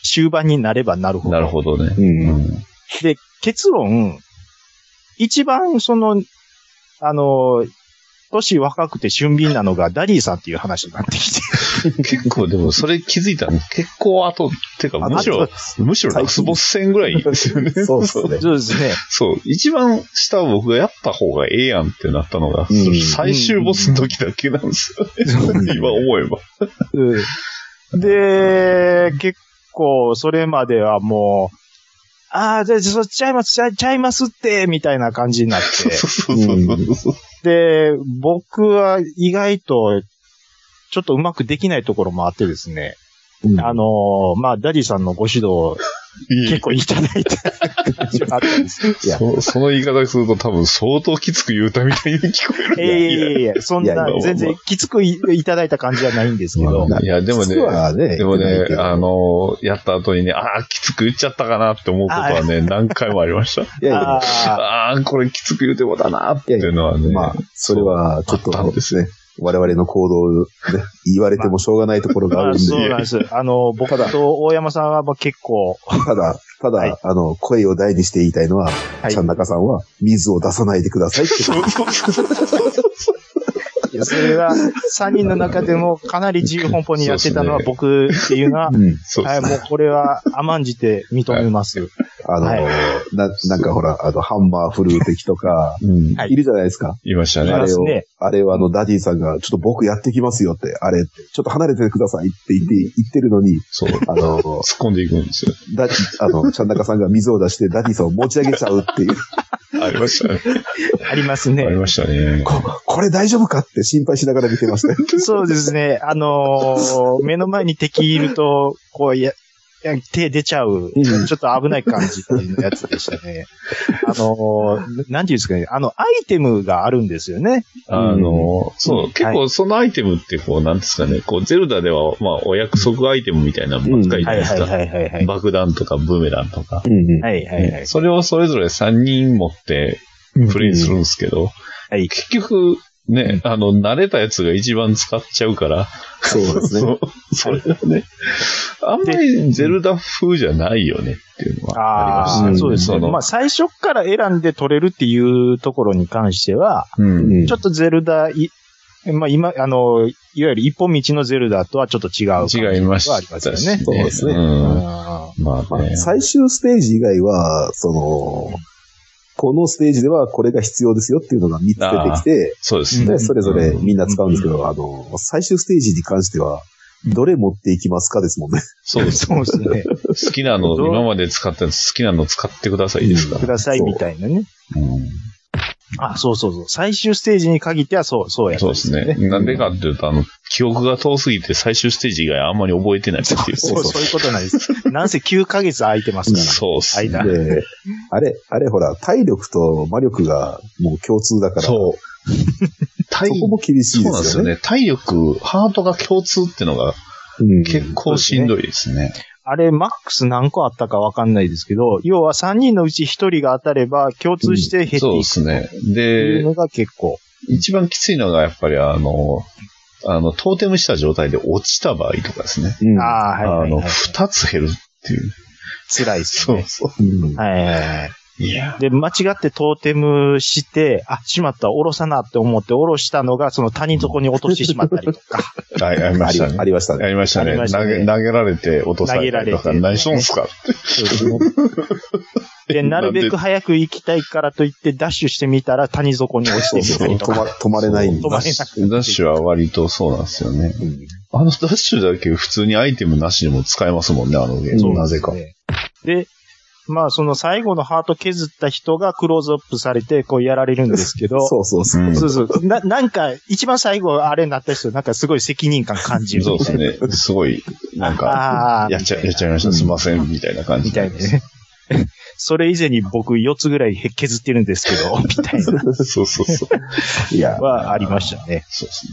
[SPEAKER 2] 終盤になればなるほ
[SPEAKER 3] に。
[SPEAKER 2] ど。
[SPEAKER 3] なるほどね。
[SPEAKER 4] うんうん
[SPEAKER 2] で、結論、一番その、あのー、年若くて俊敏なのがダディさんっていう話になってきて。
[SPEAKER 3] 結構、でも、それ気づいたの結構後、てか、むしろ、むしろラスボス戦ぐらいですよね。
[SPEAKER 4] そうっすね
[SPEAKER 2] そうですね。
[SPEAKER 3] そう。一番下を僕がやった方がええやんってなったのが、
[SPEAKER 4] うん
[SPEAKER 3] 最終ボスの時だけなんですよね。今思えば。
[SPEAKER 2] で、結構、それまではもう、ああ、じゃあ、そちゃいます、ちゃいちゃいますって、みたいな感じになっ
[SPEAKER 3] そうそう
[SPEAKER 4] う
[SPEAKER 3] そ
[SPEAKER 4] ん
[SPEAKER 3] うそう。
[SPEAKER 2] て。で、僕は意外と、ちょっとうまくできないところもあってですね。
[SPEAKER 4] うん
[SPEAKER 2] あのーまあ、ダディさんのご指導、
[SPEAKER 3] い
[SPEAKER 2] 結構いただいた感じはあったんですけど。
[SPEAKER 4] い
[SPEAKER 3] そ
[SPEAKER 4] や
[SPEAKER 3] その言い方すると多分相当きつく言うたみたいに聞こえるんだ。
[SPEAKER 2] いやいやいやいや、そん
[SPEAKER 4] いやいや
[SPEAKER 2] な
[SPEAKER 3] まあま、あ
[SPEAKER 2] 全然きつくいいただいた感じはないんですけど。
[SPEAKER 3] いや、でもね
[SPEAKER 4] 実、はね
[SPEAKER 3] でも
[SPEAKER 4] 言っ
[SPEAKER 3] ね
[SPEAKER 4] てないけ、ど
[SPEAKER 3] あのやった後にね、ああ、きつく言っちゃったかなって思うことはね、何回もありました。
[SPEAKER 4] いやいや
[SPEAKER 2] あー
[SPEAKER 3] ああ、これきつく言うてもだなっていうのはね。
[SPEAKER 4] まあ、それは、ちょっと
[SPEAKER 3] あったんです
[SPEAKER 4] ね、我々の行動をね、言われてもしょうがないところがあ
[SPEAKER 2] ま
[SPEAKER 4] る
[SPEAKER 2] あ、
[SPEAKER 4] ん
[SPEAKER 2] そう
[SPEAKER 4] で、
[SPEAKER 2] なんです。あの、僕と大山さんはまあ結構、
[SPEAKER 4] ただ、た
[SPEAKER 2] はい
[SPEAKER 4] だ、あの、声を大にして言いたいのは、
[SPEAKER 2] い
[SPEAKER 4] ちゃんなかさんは、水を出さないでくださいって。
[SPEAKER 3] そうそうそう
[SPEAKER 2] いやそれは3人の中でもかなり自由奔放にやってたのは僕っていうのは、
[SPEAKER 4] うん
[SPEAKER 3] そう
[SPEAKER 2] はい、もうこれは甘んじて認めます。
[SPEAKER 4] あの、
[SPEAKER 2] はい
[SPEAKER 4] な、なんかほら、あの、ハンマー振る敵とか、
[SPEAKER 3] うん
[SPEAKER 2] はい
[SPEAKER 4] いるじゃないですか。
[SPEAKER 3] 言いました
[SPEAKER 2] い
[SPEAKER 3] ね。
[SPEAKER 4] あ
[SPEAKER 2] ま
[SPEAKER 4] れ
[SPEAKER 2] す
[SPEAKER 4] を
[SPEAKER 2] ね、
[SPEAKER 4] あれはあの、ダディさんが、ちょっと僕やってきますよって、あれって、ちょっと離れてくださいって言って、言ってるのに、
[SPEAKER 3] そう。突っ
[SPEAKER 4] あの、
[SPEAKER 3] 込んでいくんですよ。
[SPEAKER 4] ダあの、ちゃんなかさんが水を出して、ダディさんを持ち上げちゃうっていう、
[SPEAKER 3] ありましたね。
[SPEAKER 2] あります
[SPEAKER 3] あり
[SPEAKER 2] ね。
[SPEAKER 3] ましたね。
[SPEAKER 4] [LAUGHS] ここれ大丈夫かって心配しながら見てま [LAUGHS] したよ。
[SPEAKER 2] そうですね。あのー目の前に敵いると、こうや、や手出ちゃう、ちょっと危ない感じっていうやつでしたね。 [LAUGHS] あのーなんていうんですかね、あの、アイテムがあるんですよね。
[SPEAKER 3] あの、そうう、
[SPEAKER 2] ん
[SPEAKER 3] 結構そのアイテムって、こう、なんですかね、こう、ゼルダでは、まあ、お約束アイテムみたいなのばっかりじゃないですか。
[SPEAKER 2] いはいは
[SPEAKER 3] 爆弾とかブーメランとか。
[SPEAKER 4] うん
[SPEAKER 2] はいはいはい。
[SPEAKER 3] それをそれぞれ3人持ってプレイするんですけど、
[SPEAKER 2] はい。
[SPEAKER 3] 結局、ね、あの、慣れたやつが一番使っちゃうから、
[SPEAKER 4] そうですね。
[SPEAKER 3] そうそれがね、あんまりゼルダ風じゃないよねっていうのはありまし
[SPEAKER 2] あ
[SPEAKER 3] た
[SPEAKER 2] あ
[SPEAKER 3] ね。
[SPEAKER 2] ー、そうですね。
[SPEAKER 3] の
[SPEAKER 2] まあ、最初から選んで取れるっていうところに関しては、
[SPEAKER 3] うん
[SPEAKER 4] うん
[SPEAKER 2] ちょっとゼルダ、いまあ、今、あの、いわゆる一本道のゼルダとはちょっと違う感じは
[SPEAKER 3] 違いまし
[SPEAKER 2] あり
[SPEAKER 3] た
[SPEAKER 2] ま
[SPEAKER 3] し
[SPEAKER 2] すよね。
[SPEAKER 4] そうですね
[SPEAKER 3] うん
[SPEAKER 2] あ
[SPEAKER 3] まあ
[SPEAKER 4] ま
[SPEAKER 3] ね
[SPEAKER 4] あ、。最終ステージ以外は、その、このステージではこれが必要ですよっていうのが3つ出てきて、
[SPEAKER 3] そうですね。
[SPEAKER 4] で、それぞれ
[SPEAKER 3] うん
[SPEAKER 4] みんな使うんですけど、あの、最終ステージに関しては、どれ持っていきますかですもんね。
[SPEAKER 3] そうで
[SPEAKER 2] ー
[SPEAKER 3] す。
[SPEAKER 2] [LAUGHS] そうですね。
[SPEAKER 3] 好きなの、
[SPEAKER 2] [LAUGHS] どう
[SPEAKER 3] 今まで使ったやつ好きなの使ってくださいですか
[SPEAKER 2] く
[SPEAKER 3] ら。
[SPEAKER 2] ださいみたいなね。あ、そうそうそう。最終ステージに限ってはそう、そうやった
[SPEAKER 3] そうんですね。。なんでかっていうと、あの、記憶が遠すぎて最終ステージ以外あんまり覚えてないっていう。
[SPEAKER 2] そう、そういうことなんです。なんせ9ヶ月空いてますから。
[SPEAKER 3] そうっすね。。
[SPEAKER 2] 間。
[SPEAKER 4] で、あれ、あれほら、体力と魔力がもう共通だから、そう
[SPEAKER 3] 体
[SPEAKER 4] こも厳し
[SPEAKER 3] そ
[SPEAKER 4] いうで
[SPEAKER 3] なんですす
[SPEAKER 4] よ
[SPEAKER 3] よ
[SPEAKER 4] ね。
[SPEAKER 3] ね。体力、ハートが共通ってのが
[SPEAKER 4] うん
[SPEAKER 3] 結構しんどいですね。
[SPEAKER 2] あれ、マックス何個あったかわかんないですけど、要は3人のうち1人が当たれば共通して減っていく
[SPEAKER 3] そうです
[SPEAKER 2] っ
[SPEAKER 3] ね。
[SPEAKER 2] ていう
[SPEAKER 3] で、
[SPEAKER 2] のが結構。
[SPEAKER 3] 一番きついのがやっぱりあの、あの、トーテムした状態で落ちた場合とかですね。
[SPEAKER 4] うん
[SPEAKER 2] ああ、はい、はい
[SPEAKER 3] あ
[SPEAKER 2] は
[SPEAKER 3] の、
[SPEAKER 2] い。
[SPEAKER 3] 二つ減るっていう。
[SPEAKER 2] 辛いです
[SPEAKER 3] そう
[SPEAKER 2] ね。
[SPEAKER 3] そ
[SPEAKER 4] うん
[SPEAKER 2] はいはいはい。
[SPEAKER 3] う。いや。
[SPEAKER 2] で、間違ってトーテムして、あ、しまった、下ろさなって思って下ろしたのが、その谷底に落としてしまったりと
[SPEAKER 3] [LAUGHS]
[SPEAKER 2] か。
[SPEAKER 3] はい、ありま
[SPEAKER 4] あ
[SPEAKER 3] し
[SPEAKER 4] り
[SPEAKER 3] たね
[SPEAKER 4] あ。りました
[SPEAKER 3] あ
[SPEAKER 4] ね。
[SPEAKER 3] りました
[SPEAKER 2] あ
[SPEAKER 3] ね。
[SPEAKER 2] りました
[SPEAKER 3] 投
[SPEAKER 2] ね
[SPEAKER 3] げ、投げられて落とされたりと
[SPEAKER 2] 投
[SPEAKER 3] か、
[SPEAKER 2] げられて
[SPEAKER 3] 何しとんすかって。
[SPEAKER 2] で、 [LAUGHS] なるべく早く行きたいからといって、ダッシュしてみたら谷底に落ちてみたり
[SPEAKER 3] [LAUGHS]
[SPEAKER 2] と
[SPEAKER 4] 止
[SPEAKER 2] か。
[SPEAKER 4] ま止まれないん
[SPEAKER 2] 止
[SPEAKER 4] で
[SPEAKER 2] まれな
[SPEAKER 3] ダッシュは割とそうなんですよね。
[SPEAKER 4] うん
[SPEAKER 3] あのダッシュだけ普通にアイテムなしでも使えますもんね、あのゲーム。
[SPEAKER 4] そう
[SPEAKER 3] なぜか。
[SPEAKER 2] で、まあ、その最後のハート削った人がクローズアップされて、こうやられるんですけど、
[SPEAKER 3] [LAUGHS]
[SPEAKER 4] そうそうそう。
[SPEAKER 3] うん
[SPEAKER 2] そうそう。な、なんか、一番最後、あれになった人、なんかすごい責任感感じる。
[SPEAKER 3] そうですね。すごい、なん
[SPEAKER 2] あ
[SPEAKER 3] か
[SPEAKER 2] あ、
[SPEAKER 3] やっちゃ、やっちゃいました。すいません、みたいな感じ。
[SPEAKER 2] みたいなね。それ以前に僕4つぐらいへ削ってるんですけ
[SPEAKER 3] [LAUGHS]
[SPEAKER 2] ど、みたいな
[SPEAKER 3] そうそうそう。
[SPEAKER 4] いや
[SPEAKER 2] の、はありましたね。
[SPEAKER 3] そうですね。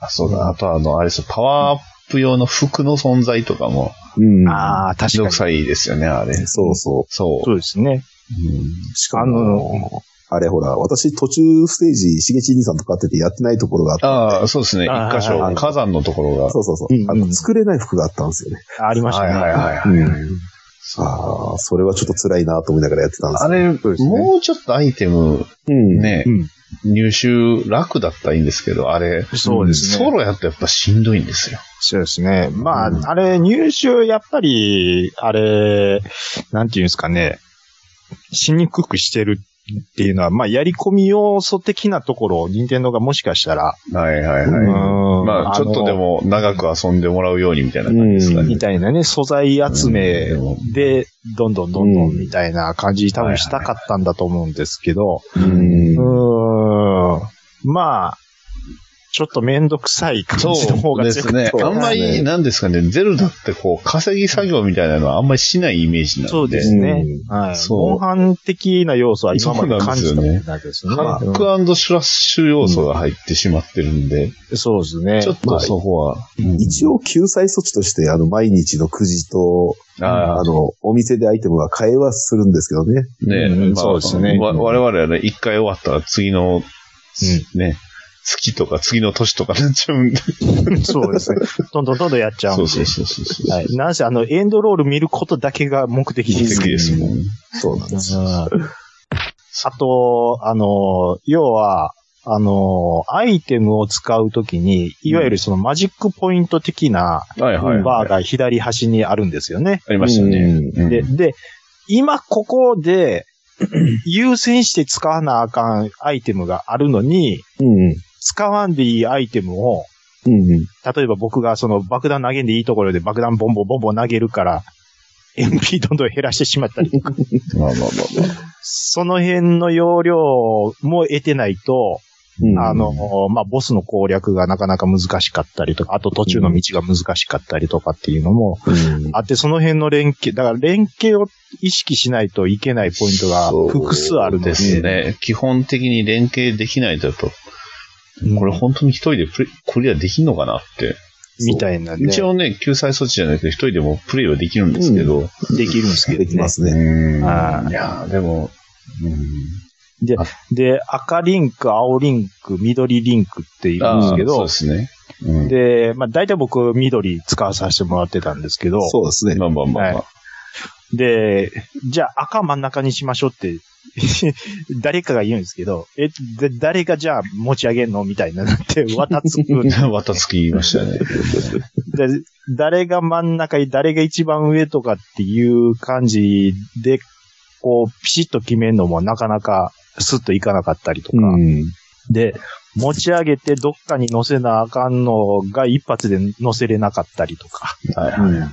[SPEAKER 3] あ、そうだ。あとあの、あれですよパワーアップ用の服の存在とかも、
[SPEAKER 4] うん。
[SPEAKER 2] ああ、確
[SPEAKER 3] め
[SPEAKER 2] かに。
[SPEAKER 3] んどく
[SPEAKER 2] そ
[SPEAKER 3] さいですよね、あれ。
[SPEAKER 4] そうそ
[SPEAKER 3] そ
[SPEAKER 2] そうですね。
[SPEAKER 3] う。うん
[SPEAKER 4] う。しかも、あれほら、私途中ステージ、しげち兄さんとかっててやってないところがあって、
[SPEAKER 3] ああ、そうですね。
[SPEAKER 2] あ
[SPEAKER 3] 一
[SPEAKER 2] ー
[SPEAKER 3] 箇所
[SPEAKER 4] は、い
[SPEAKER 3] 火山のところが。
[SPEAKER 4] そうそうそう、
[SPEAKER 2] うん
[SPEAKER 4] あの、作れない服があったんですよね。
[SPEAKER 2] ありました
[SPEAKER 3] はい
[SPEAKER 2] ね。
[SPEAKER 3] はいはいはい。
[SPEAKER 4] うん。ああ、それはちょっと辛いなと思いながらやってたんです
[SPEAKER 3] あれ、
[SPEAKER 2] そうですね
[SPEAKER 3] もうちょっとアイテム
[SPEAKER 4] けど。うん。
[SPEAKER 3] ね
[SPEAKER 2] う、ん。
[SPEAKER 3] 入手楽だったらいいんですけど、あれ、
[SPEAKER 2] そうですね
[SPEAKER 3] ソロやったらやっぱしんどいんですよ。
[SPEAKER 2] そうですね。まあ、
[SPEAKER 3] うん
[SPEAKER 2] あれ、入手、やっぱり、あれ、なんていうんですかね、しにくくしてるっていうのは、まあ、やり込み要素的なところを、任天堂がもしかしたら、
[SPEAKER 3] はいはいうは
[SPEAKER 2] ん
[SPEAKER 3] い。まあ、ちょっとで、も長く遊んでもらうようにみたいな感じですか
[SPEAKER 2] の
[SPEAKER 3] ね
[SPEAKER 2] み。たいなね、素材集め
[SPEAKER 3] うん
[SPEAKER 2] で、どんどんどんど
[SPEAKER 4] うん
[SPEAKER 2] んみたいな感じに多分したかったんだと思うんですけど、
[SPEAKER 4] う。
[SPEAKER 2] うんん、まあ、ちょっとめんどくさい感
[SPEAKER 3] そ
[SPEAKER 2] じの方
[SPEAKER 3] う
[SPEAKER 2] が
[SPEAKER 3] で
[SPEAKER 2] 強く
[SPEAKER 3] すね。あんま
[SPEAKER 4] そうです
[SPEAKER 3] り、
[SPEAKER 4] ね
[SPEAKER 3] なんですかね、ゼルダってこう、稼ぎ作業みたいなのはあんまりしないイメージなんで。
[SPEAKER 2] そうですね。
[SPEAKER 4] う
[SPEAKER 2] はい。
[SPEAKER 3] そう
[SPEAKER 2] 防犯的な要素は今まで感じたことないですね。
[SPEAKER 3] ハ
[SPEAKER 2] う
[SPEAKER 3] ックシュラッシュ要素が入ってしまってるんで、
[SPEAKER 2] んそうですね。
[SPEAKER 3] ちょっとそこは。うん
[SPEAKER 4] 一応救済措置として、あの、毎日のくじと、
[SPEAKER 3] あ
[SPEAKER 4] あ
[SPEAKER 3] あ
[SPEAKER 4] の、お店でアイテムは買えはするんですけどね。
[SPEAKER 3] ね、
[SPEAKER 2] うん
[SPEAKER 3] まあ
[SPEAKER 2] そうですね
[SPEAKER 3] わ我々はね、一回終わったら次の、ね、月とか次の年とかなっちゃうんで。
[SPEAKER 2] そうです
[SPEAKER 3] [LAUGHS]
[SPEAKER 2] ね。どんどんどんどんやっちゃうん
[SPEAKER 3] そう
[SPEAKER 2] で。
[SPEAKER 3] そうそうそうそう。
[SPEAKER 2] はい。なんせ、あの、エンドロール見ることだけが目的
[SPEAKER 3] 目
[SPEAKER 2] です。
[SPEAKER 3] 的ですもん。
[SPEAKER 4] そうなんです。
[SPEAKER 2] うんあと、あの、要は、あの、アイテムを使うときに、いわゆるそのマジックポイント的な
[SPEAKER 3] はいはい、はい。
[SPEAKER 2] バーが左端にあるんですよね。
[SPEAKER 3] ありましたね。うん
[SPEAKER 2] で、で、今ここで優先して使わなあかんアイテムがあるのに、
[SPEAKER 4] うん。
[SPEAKER 2] 使わんでいいアイテムを、
[SPEAKER 4] うんうん。
[SPEAKER 2] 例えば僕がその爆弾投げんでいいところで爆弾ボンボンボンボン投げるから、MP どんどん減らしてしまったり、
[SPEAKER 3] まあまあまあまあ。
[SPEAKER 2] その辺の容量も得てないと、
[SPEAKER 4] うん
[SPEAKER 2] あ、の、まあ、ボスの攻略がなかなか難しかったりとか、あと途中の道が難しかったりとかっていうのも
[SPEAKER 4] うん
[SPEAKER 2] あって、その辺の連携、だから連携を意識しないといけないポイントが複数あるん
[SPEAKER 3] で
[SPEAKER 2] ですすね。
[SPEAKER 3] ね。基本的に連携できないとやっぱ、これ
[SPEAKER 2] うん
[SPEAKER 3] 本当に一人でプレイクリアできんのかなって。
[SPEAKER 2] みたいなね。
[SPEAKER 3] 一応ね、救済措置じゃなくて一人でもプレイはできるんですけど。
[SPEAKER 2] できるんですけど、ね。
[SPEAKER 4] できます
[SPEAKER 3] う
[SPEAKER 4] ね。
[SPEAKER 3] ん。い
[SPEAKER 2] ああ
[SPEAKER 3] やーでも、うん
[SPEAKER 2] で、赤リンク、青リンク、緑リンクって言うんですけ
[SPEAKER 3] そう
[SPEAKER 2] ど
[SPEAKER 3] で、すね。うん
[SPEAKER 2] で、まあ大体僕緑使わさせてもらってたんですけど、
[SPEAKER 4] そうですね。
[SPEAKER 3] まあまあまあま
[SPEAKER 2] は
[SPEAKER 3] あ。
[SPEAKER 2] で、じゃあ赤真ん中にしましょうって、 [LAUGHS] 誰かが言うんですけど、え、で誰がじゃあ持ち上げんのみたいななって、 [LAUGHS] わたつくんで
[SPEAKER 3] わたつき言 [LAUGHS] いましたね。
[SPEAKER 2] で、誰が真ん中に、誰が一番上とかっていう感じで、こう、ピシッと決めるのもなかなかスッといかなかったりとか、
[SPEAKER 4] うん。
[SPEAKER 2] で、持ち上げてどっかに乗せなあかんのが一発で乗せれなかったりとか、
[SPEAKER 3] はいはい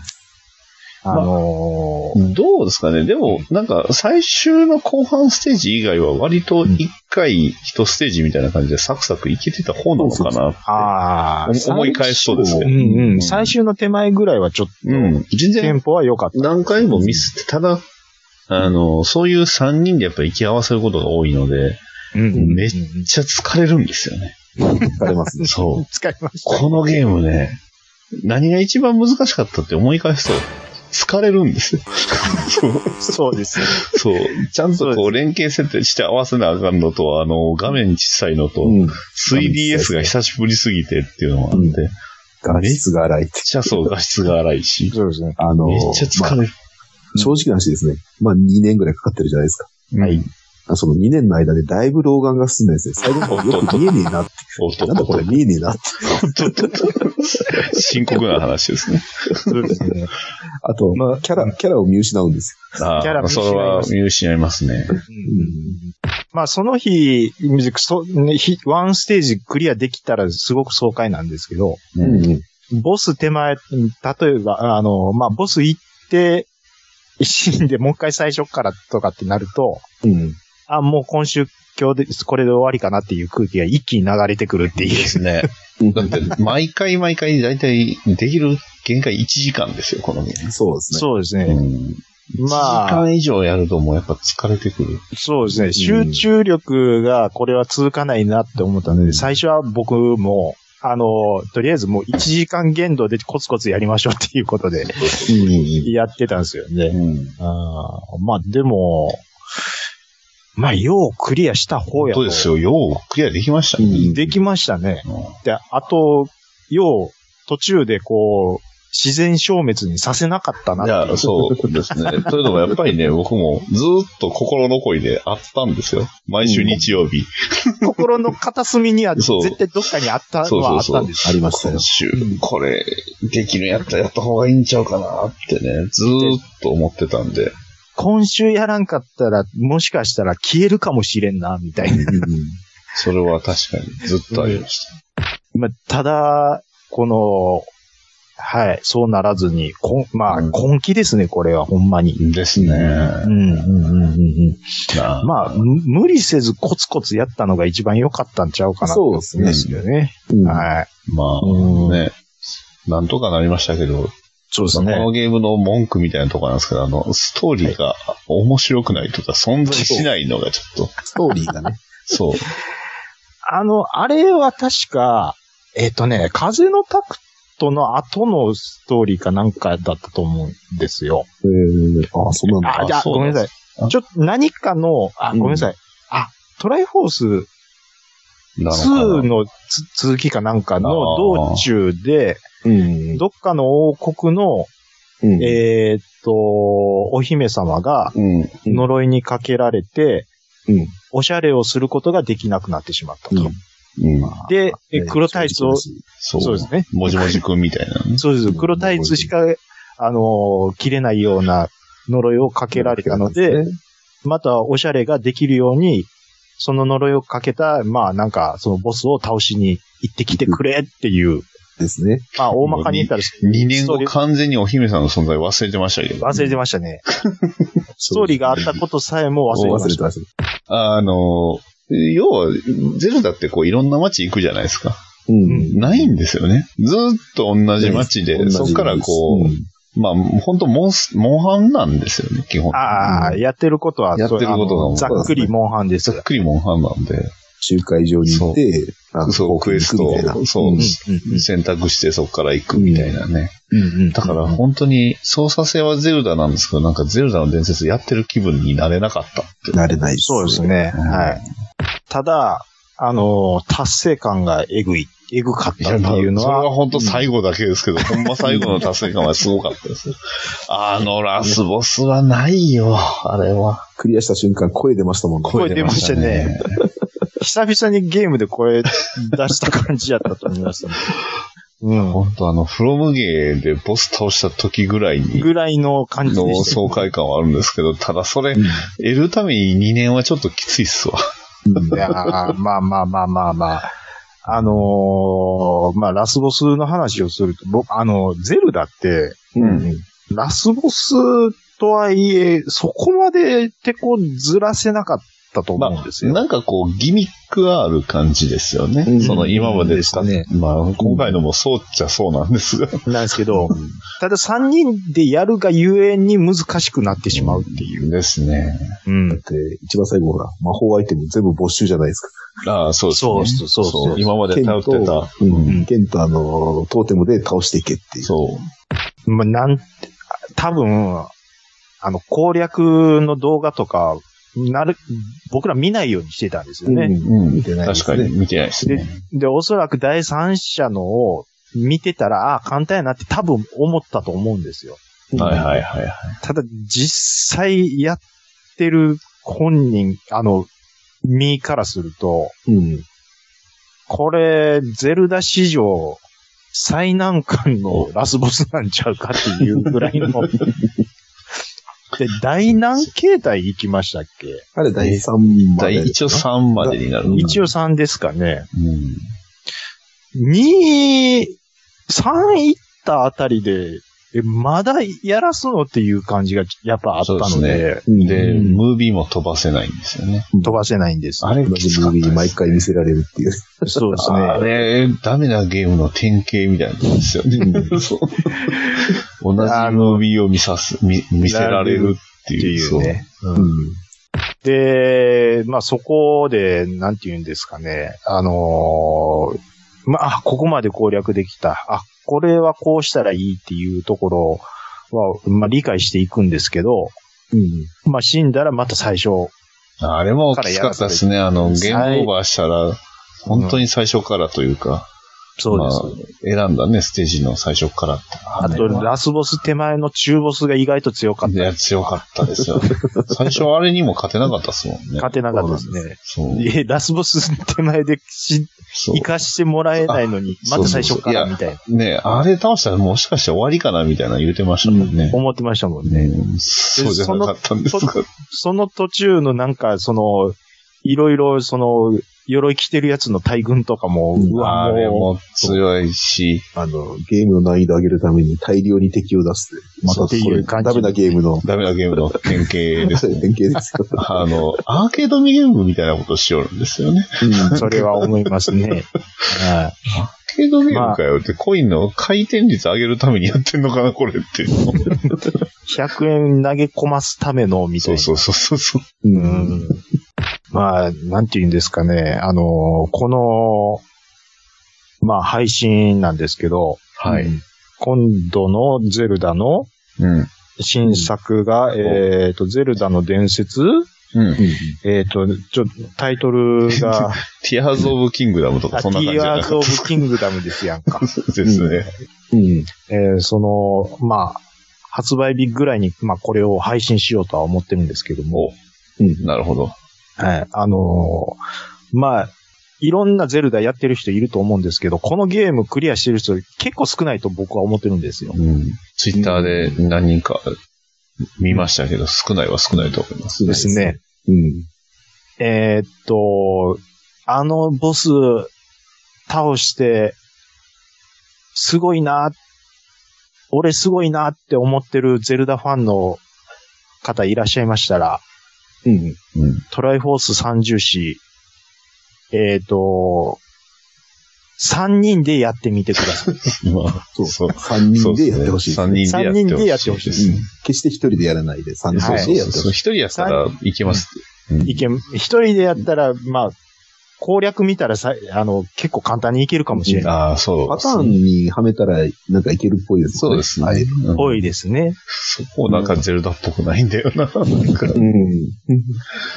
[SPEAKER 2] あのー
[SPEAKER 3] どうですかねでも、なんか、最終の後半ステージ以外は割と一回一ステージみたいな感じでサクサクいけてた方なのかな
[SPEAKER 2] ああ、
[SPEAKER 3] お思い返しそうです
[SPEAKER 2] う
[SPEAKER 3] ね。
[SPEAKER 2] んうん、最終の手前ぐらいはちょっと、
[SPEAKER 3] うん。全
[SPEAKER 2] テン
[SPEAKER 3] 然
[SPEAKER 2] ポは良かった。
[SPEAKER 3] 何回もミスって、ただ、あの、そういう3人でやっぱ行き合わせることが多いので、めっ
[SPEAKER 2] うん
[SPEAKER 3] めっ
[SPEAKER 2] ち
[SPEAKER 3] ちゃ疲れるんですよね。
[SPEAKER 4] 疲れますね。
[SPEAKER 3] そう。
[SPEAKER 2] [LAUGHS] 使いました。
[SPEAKER 3] このゲームね、何が一番難しかったって思い返すと、疲れるん [LAUGHS] ですよ。そう
[SPEAKER 2] そうですね。
[SPEAKER 3] そう。ちゃんとこう連携設定して合わせなあかんのと、あの、画面小さいのと、
[SPEAKER 4] うん。
[SPEAKER 3] 3DS が久しぶりすぎてっていうのもあって、
[SPEAKER 4] う
[SPEAKER 3] め
[SPEAKER 4] ん
[SPEAKER 3] っ
[SPEAKER 4] 画質が荒いって。
[SPEAKER 3] ちゃそう画質が荒いし、
[SPEAKER 2] そうですね。
[SPEAKER 4] あの、
[SPEAKER 3] めっちゃ疲
[SPEAKER 4] まあ
[SPEAKER 3] れる。
[SPEAKER 4] 正直な話ですね。まあ、2年ぐらいかかってるじゃないですか。
[SPEAKER 3] はい。
[SPEAKER 4] あその2年の間でだいぶ老眼が進んでですね。最後の方よく見えねえなって。
[SPEAKER 3] [LAUGHS] おっと
[SPEAKER 4] な
[SPEAKER 3] っ
[SPEAKER 4] ん
[SPEAKER 3] と
[SPEAKER 4] だ
[SPEAKER 3] っと
[SPEAKER 4] これ見えねえなって。
[SPEAKER 3] っとっとっと深刻な話ですね。
[SPEAKER 2] そうですね。
[SPEAKER 4] あと、
[SPEAKER 2] まあ
[SPEAKER 4] キャラ、キャラを見失うんです
[SPEAKER 3] あ
[SPEAKER 2] キャラ
[SPEAKER 3] あ、
[SPEAKER 2] 見失
[SPEAKER 3] そ
[SPEAKER 2] い
[SPEAKER 3] れは
[SPEAKER 2] ます
[SPEAKER 3] 見失いますね。
[SPEAKER 2] まあ、その日、そねひワンステージクリアできたらすごく爽快なんですけど、
[SPEAKER 4] よ。
[SPEAKER 3] うん
[SPEAKER 4] ん。
[SPEAKER 2] ボス手前、例えば、あの、まあ、ボス行って、一心でもう一回最初からとかってなると、
[SPEAKER 4] うん。
[SPEAKER 2] あ、もう今週今日で、これで終わりかなっていう空気が一気に流れてくるっていう
[SPEAKER 3] で。すね。だって、毎回毎回、だいたいできる限界1時間ですよ、このゲーム。
[SPEAKER 4] そうですね。
[SPEAKER 2] そうです
[SPEAKER 3] う
[SPEAKER 2] ね。
[SPEAKER 3] ん1時
[SPEAKER 2] まあ、
[SPEAKER 3] 間以上やるともうやっぱ疲れてくる。
[SPEAKER 2] そうですね。集中力がこれは続かないなって思ったの
[SPEAKER 3] う
[SPEAKER 2] で、
[SPEAKER 3] ん
[SPEAKER 2] 最初は僕も、あの、とりあえずもう1時間限度でコツコツやりましょうっていうことで
[SPEAKER 4] うん。
[SPEAKER 2] やってたんですよね。
[SPEAKER 3] うん。
[SPEAKER 2] あーまあでも、まあ、ようクリアした方や
[SPEAKER 3] そ
[SPEAKER 2] と。
[SPEAKER 3] うですよ。ようクリアできましたね。
[SPEAKER 4] うん
[SPEAKER 2] できましたね。
[SPEAKER 3] うん
[SPEAKER 2] で、あと、よう途中でこう、自然消滅にさせなかったなっ
[SPEAKER 3] い
[SPEAKER 2] ていう。
[SPEAKER 3] や、そうですね。というのもやっぱりね、僕もずっと心残りであったんですよ。毎週日曜日。
[SPEAKER 2] 心の片隅には
[SPEAKER 3] そう
[SPEAKER 2] 絶対どっかにあったのはあったんです。
[SPEAKER 4] ありましたよ
[SPEAKER 3] 今。週、これ、できるやったらやった方がいいんちゃうかなってね、ずーっと思ってたんで。
[SPEAKER 2] 今週やらんかったら、もしかしたら消えるかもしれんな、みた
[SPEAKER 4] [LAUGHS]
[SPEAKER 2] いな。
[SPEAKER 3] それは確かにずっとありました。
[SPEAKER 2] まあ、ただ、この、はい、そうならずに、こんまあ、
[SPEAKER 3] うん
[SPEAKER 2] 根気ですね、これは、ほんまに。
[SPEAKER 3] ですね。
[SPEAKER 2] うん、うん、うん、うんうん。
[SPEAKER 3] なあ
[SPEAKER 2] まあ、む無理せずコツコツやったのが一番良かったんちゃうかな
[SPEAKER 4] そうですね
[SPEAKER 2] ですよね。
[SPEAKER 4] うん
[SPEAKER 2] はい。
[SPEAKER 3] ま
[SPEAKER 2] う
[SPEAKER 3] あ、
[SPEAKER 2] ん
[SPEAKER 3] ね。なんとかなりましたけど、
[SPEAKER 2] そうです
[SPEAKER 3] この
[SPEAKER 2] ね。
[SPEAKER 3] ゲームの文句みたいなとこなんですけど、あの、ストーリーが面白くないとか存在しないのがちょっと、
[SPEAKER 4] ストーリーがね。
[SPEAKER 3] そう。
[SPEAKER 2] あの、あれは確か、えっ、とね、風のタクトの後のストーリーかなんかだったと思うんですよ。
[SPEAKER 4] えー、あ、そうなんだ。
[SPEAKER 2] あ、じゃあ、
[SPEAKER 3] そう
[SPEAKER 2] ごめんなさ
[SPEAKER 3] あ
[SPEAKER 2] い。ちょっと何かの、あ、
[SPEAKER 4] うん
[SPEAKER 2] ごめんなさい。あ、トライフォース
[SPEAKER 3] なの
[SPEAKER 2] 2
[SPEAKER 3] かな
[SPEAKER 2] のつ続きかなんかの道中で、
[SPEAKER 4] うん。
[SPEAKER 2] どっかの王国の、
[SPEAKER 4] うん
[SPEAKER 2] えーっと、お姫様が
[SPEAKER 3] うん。
[SPEAKER 4] うん
[SPEAKER 2] 呪いにかけられて、
[SPEAKER 4] うん
[SPEAKER 2] おしゃれをすることができなくなってしまったと。
[SPEAKER 4] うん
[SPEAKER 3] うん。
[SPEAKER 2] で、え
[SPEAKER 4] えー
[SPEAKER 2] 黒タイツを、
[SPEAKER 3] そう。
[SPEAKER 2] そうですね。
[SPEAKER 3] もじもじくんみたいなね。
[SPEAKER 2] そうです。黒タイツしか、あのー、着れないような呪いをかけられたので、、またおしゃれができるように、その呪いをかけた、まあなんか、そのボスを倒しに行ってきてくれっていう、
[SPEAKER 4] ですね。
[SPEAKER 2] まあ大まかに言ったら、
[SPEAKER 3] 2年
[SPEAKER 2] ストー
[SPEAKER 3] 後
[SPEAKER 2] リー
[SPEAKER 3] 完全にお姫さんの存在忘れてましたけど。
[SPEAKER 2] 忘れてました
[SPEAKER 3] [LAUGHS]
[SPEAKER 2] ね。ストーリーがあったことさえも忘れてま
[SPEAKER 4] 忘れ
[SPEAKER 2] してた。
[SPEAKER 4] ました。
[SPEAKER 3] あの、要は、ゼルダってこういろんな街行くじゃないですか。
[SPEAKER 4] うん。
[SPEAKER 3] ないんですよね。ずーっと同じ街で、そっからこう、
[SPEAKER 4] う、
[SPEAKER 3] まあ、本当モンス、モンハンなんですよね、基本。
[SPEAKER 2] ああ、やってることは、
[SPEAKER 3] やってることが
[SPEAKER 2] あのざっくりモンハンで
[SPEAKER 3] ざ
[SPEAKER 2] す
[SPEAKER 3] っ。くりモンハンなんで、
[SPEAKER 4] 集会場に行って、あの
[SPEAKER 3] そう、クエスト
[SPEAKER 4] みたいな
[SPEAKER 3] を、そう、
[SPEAKER 4] ん
[SPEAKER 3] 選択してそこから行くみたいなね。だから本当に操作性はゼルダなんですけど、なんかゼルダの伝説やってる気分になれなかったって。
[SPEAKER 4] 慣れないです。
[SPEAKER 2] そうです。ね。
[SPEAKER 3] うん
[SPEAKER 2] はい。ただ、あのー、達成感がえぐい、えぐかっ
[SPEAKER 3] い
[SPEAKER 2] た
[SPEAKER 3] や、
[SPEAKER 2] って
[SPEAKER 3] まあそ
[SPEAKER 2] いう
[SPEAKER 3] れ
[SPEAKER 2] の
[SPEAKER 3] は
[SPEAKER 2] は、
[SPEAKER 3] 本当最後だけです
[SPEAKER 2] [LAUGHS]
[SPEAKER 3] けど、ほんま最後の達成感はすごかったですよ。あのラスボスはないよ、あれは。
[SPEAKER 4] クリアした瞬間声出ましたもんね。
[SPEAKER 2] 声出ましたね。 [LAUGHS] 久々にゲームで声出した感じやったと思いますね。う
[SPEAKER 3] 本当あの、フロムゲーでボス倒した時ぐらい
[SPEAKER 2] ん。
[SPEAKER 3] に、
[SPEAKER 2] ぐらいの感じで
[SPEAKER 3] の
[SPEAKER 2] した。
[SPEAKER 3] 爽快感はあるんですけど、ただそれ、
[SPEAKER 4] うん
[SPEAKER 3] 得るために2年はちょっときついっすわ。
[SPEAKER 2] いやーまあまあまあまあまあ。あのーまあ、ラスボスの話をすると、僕、あの、ゼルダって、
[SPEAKER 4] うん。
[SPEAKER 2] ラスボスとはいえ、そこまで手こずらせなかったと思うんですよ。
[SPEAKER 3] なんかこう、ギミックがある感じですよね。
[SPEAKER 4] うん
[SPEAKER 3] その今まで使っ
[SPEAKER 2] です
[SPEAKER 3] まあ、今回のもそうっちゃそうなんですが。
[SPEAKER 2] なんですけど、ただ3人でやるがゆえに難しくなってしまうっていう。
[SPEAKER 3] ですね。
[SPEAKER 2] うん。
[SPEAKER 4] で、一番最後ほら、魔法アイテム全部没収じゃないですか。
[SPEAKER 3] ああ、そうですね。
[SPEAKER 2] そうそうそうそう
[SPEAKER 3] 今まで頼ってた。
[SPEAKER 4] う
[SPEAKER 2] うん
[SPEAKER 4] ん。剣とあの、トーテムで倒していけっていう。
[SPEAKER 3] そう。
[SPEAKER 2] まあ、なん、多分、あの、攻略の動画とか、なる、僕ら見ないようにしてたんですよね。
[SPEAKER 4] うん。見てないです
[SPEAKER 3] 確
[SPEAKER 4] ね
[SPEAKER 3] かに、見てないですね。
[SPEAKER 2] で、おそらく第三者のを見てたら、ああ、簡単やなって多分思ったと思うんですよ。
[SPEAKER 4] うん
[SPEAKER 3] はいはいはいはい。
[SPEAKER 2] ただ、実際やってる本人、あの、身からすると、
[SPEAKER 4] うん。
[SPEAKER 2] これ、ゼルダ史上、最難関のラスボスなんちゃうかっていうぐらいの。で、第何形態行きましたっけ
[SPEAKER 4] あれ第3ま
[SPEAKER 3] だ
[SPEAKER 4] で。
[SPEAKER 3] 一応3までになるのかな。
[SPEAKER 2] 一応3ですかね。
[SPEAKER 3] うん。
[SPEAKER 2] 2、3行ったあたりで、ええ、まだやらすのっていう感じがやっぱあった
[SPEAKER 3] そ
[SPEAKER 2] の
[SPEAKER 3] う
[SPEAKER 2] で
[SPEAKER 3] で、
[SPEAKER 4] うん
[SPEAKER 3] で、
[SPEAKER 2] うん
[SPEAKER 3] ムービーも飛ばせないんですよね。
[SPEAKER 2] 飛ばせないんです。
[SPEAKER 3] あれ、
[SPEAKER 4] 同
[SPEAKER 3] きつ
[SPEAKER 4] じ
[SPEAKER 3] か
[SPEAKER 4] ム
[SPEAKER 3] った
[SPEAKER 4] ービ
[SPEAKER 3] です
[SPEAKER 4] ー毎回見せられるっていう。
[SPEAKER 2] そうですね。
[SPEAKER 3] あれ、ダメなゲームの典型みたいなんですよ [LAUGHS] ね。そう同じムービーを見さす、見見せられるって
[SPEAKER 2] って
[SPEAKER 3] いう。
[SPEAKER 2] いうね。
[SPEAKER 4] う
[SPEAKER 2] うん
[SPEAKER 4] ん。
[SPEAKER 2] で、まあそこで、なんて言うんですかね。あのーまあ、あここまで攻略できた。あ、これはこうしたらいいっていうところは、まあ理解していくんですけど、まあ死んだらまた最初。
[SPEAKER 3] そうあれもきつかったですね。あの、ゲームオーバーしたら、本当に最初からというか、
[SPEAKER 2] そうです。
[SPEAKER 3] まあ、選んだね、ステージの最初からって。
[SPEAKER 2] あと、
[SPEAKER 3] ラ
[SPEAKER 2] ラスボス手前の中ボスが意外と強かっ
[SPEAKER 3] い
[SPEAKER 2] た。
[SPEAKER 3] や、強かったで
[SPEAKER 2] [LAUGHS]
[SPEAKER 3] すよね。最初あれにも勝てなかったですもんね。
[SPEAKER 2] 勝てなかったですね。
[SPEAKER 3] そう。
[SPEAKER 2] え、ラスボス手前でし
[SPEAKER 3] そう
[SPEAKER 2] 生かしてもらえないのに、
[SPEAKER 3] あ
[SPEAKER 2] また最初か
[SPEAKER 3] そうそうそうい
[SPEAKER 2] ら
[SPEAKER 3] や
[SPEAKER 2] みたいな。
[SPEAKER 3] ねあれ倒したらもしかして終わりかなみたいな言うてましたもんね。
[SPEAKER 2] 思ってましたもんね。
[SPEAKER 3] ねそうじゃなかったんですか。
[SPEAKER 2] その途中のなんか、その、いろいろ、その、鎧着てるやつの大群とかも、うわ、
[SPEAKER 3] あれ
[SPEAKER 2] も
[SPEAKER 3] も強いし、
[SPEAKER 4] あの、ゲームの難易度上げるために大量に敵を出す。また
[SPEAKER 2] そう
[SPEAKER 4] こ
[SPEAKER 2] ってい
[SPEAKER 4] れ
[SPEAKER 2] う感じ
[SPEAKER 4] ダメなゲームの
[SPEAKER 3] ダメなゲームの典型です [LAUGHS] ね。
[SPEAKER 4] 典型ですよ。
[SPEAKER 3] あの、アーケードゲームみたいなことしよるんですよね。
[SPEAKER 2] う、それは思います
[SPEAKER 3] [LAUGHS]
[SPEAKER 2] ね。はい
[SPEAKER 3] アーケードゲームかよって、コインの回転率上げるためにやってんのかな、これって。
[SPEAKER 2] 100円投げ込ますための、みた
[SPEAKER 3] そ
[SPEAKER 2] いうな。
[SPEAKER 3] そうそうそうそう。
[SPEAKER 2] う。
[SPEAKER 4] う
[SPEAKER 2] ん。まあ、なんて言うんですかね。あの、この、まあ、配信なんですけど、
[SPEAKER 3] はい。
[SPEAKER 2] 今度のゼルダの
[SPEAKER 3] うん。
[SPEAKER 2] 新作が、えっ、と、ゼルダの伝説
[SPEAKER 3] うん。
[SPEAKER 2] えっ、と、ちょ、タイトル
[SPEAKER 3] [LAUGHS]
[SPEAKER 2] が、
[SPEAKER 3] ティアーズ・オブ・キングダムとか、そんな感じじゃなかっ
[SPEAKER 2] Tears of Kingdom ですやんか。
[SPEAKER 3] たですね。
[SPEAKER 4] うん。
[SPEAKER 2] [LAUGHS] えーその、まあ、発売日ぐらいに、まあ、これを配信しようとは思ってるんですけども、
[SPEAKER 3] なるほど。
[SPEAKER 2] はい、あのーまあ、いろんなゼルダやってる人いると思うんですけど、このゲームクリアしてる人結構少ないと僕は思ってるんですよ。
[SPEAKER 3] うん。ツイッターで何人か見ましたけど、少ないは少ないと思います。
[SPEAKER 4] そう
[SPEAKER 2] ですね。
[SPEAKER 4] うん。
[SPEAKER 2] えーっと、あのボス倒して、すごいな、俺すごいなって思ってるゼルダファンの方いらっしゃいましたら、
[SPEAKER 4] うん。
[SPEAKER 3] うん。
[SPEAKER 2] トライフォース三重士、えーっと、三人でやってみてください。
[SPEAKER 3] まあ、
[SPEAKER 4] そう
[SPEAKER 3] そう。
[SPEAKER 4] 三人でやってほしいです
[SPEAKER 3] 3
[SPEAKER 4] ね。
[SPEAKER 3] 人でやってほしいです
[SPEAKER 4] う。ん決して一人でやらないで、三人
[SPEAKER 2] はい
[SPEAKER 4] でや
[SPEAKER 3] そ
[SPEAKER 4] っ
[SPEAKER 3] う
[SPEAKER 4] て
[SPEAKER 3] そう
[SPEAKER 4] ほし
[SPEAKER 3] 一
[SPEAKER 4] い。
[SPEAKER 3] 人やったらいけます。うん
[SPEAKER 2] いけん、一人でやったら、まあ、攻略見たらさ、あの、結構簡単にいけるかもしれない。
[SPEAKER 3] ああ、そう。
[SPEAKER 4] パターンにはめたら、なんかいけるっぽいですね。
[SPEAKER 3] そうです
[SPEAKER 4] はい
[SPEAKER 3] ね。。うん
[SPEAKER 2] 多いですね。
[SPEAKER 3] そこなんかゼルダっぽくないんだよな。なんか
[SPEAKER 4] うん。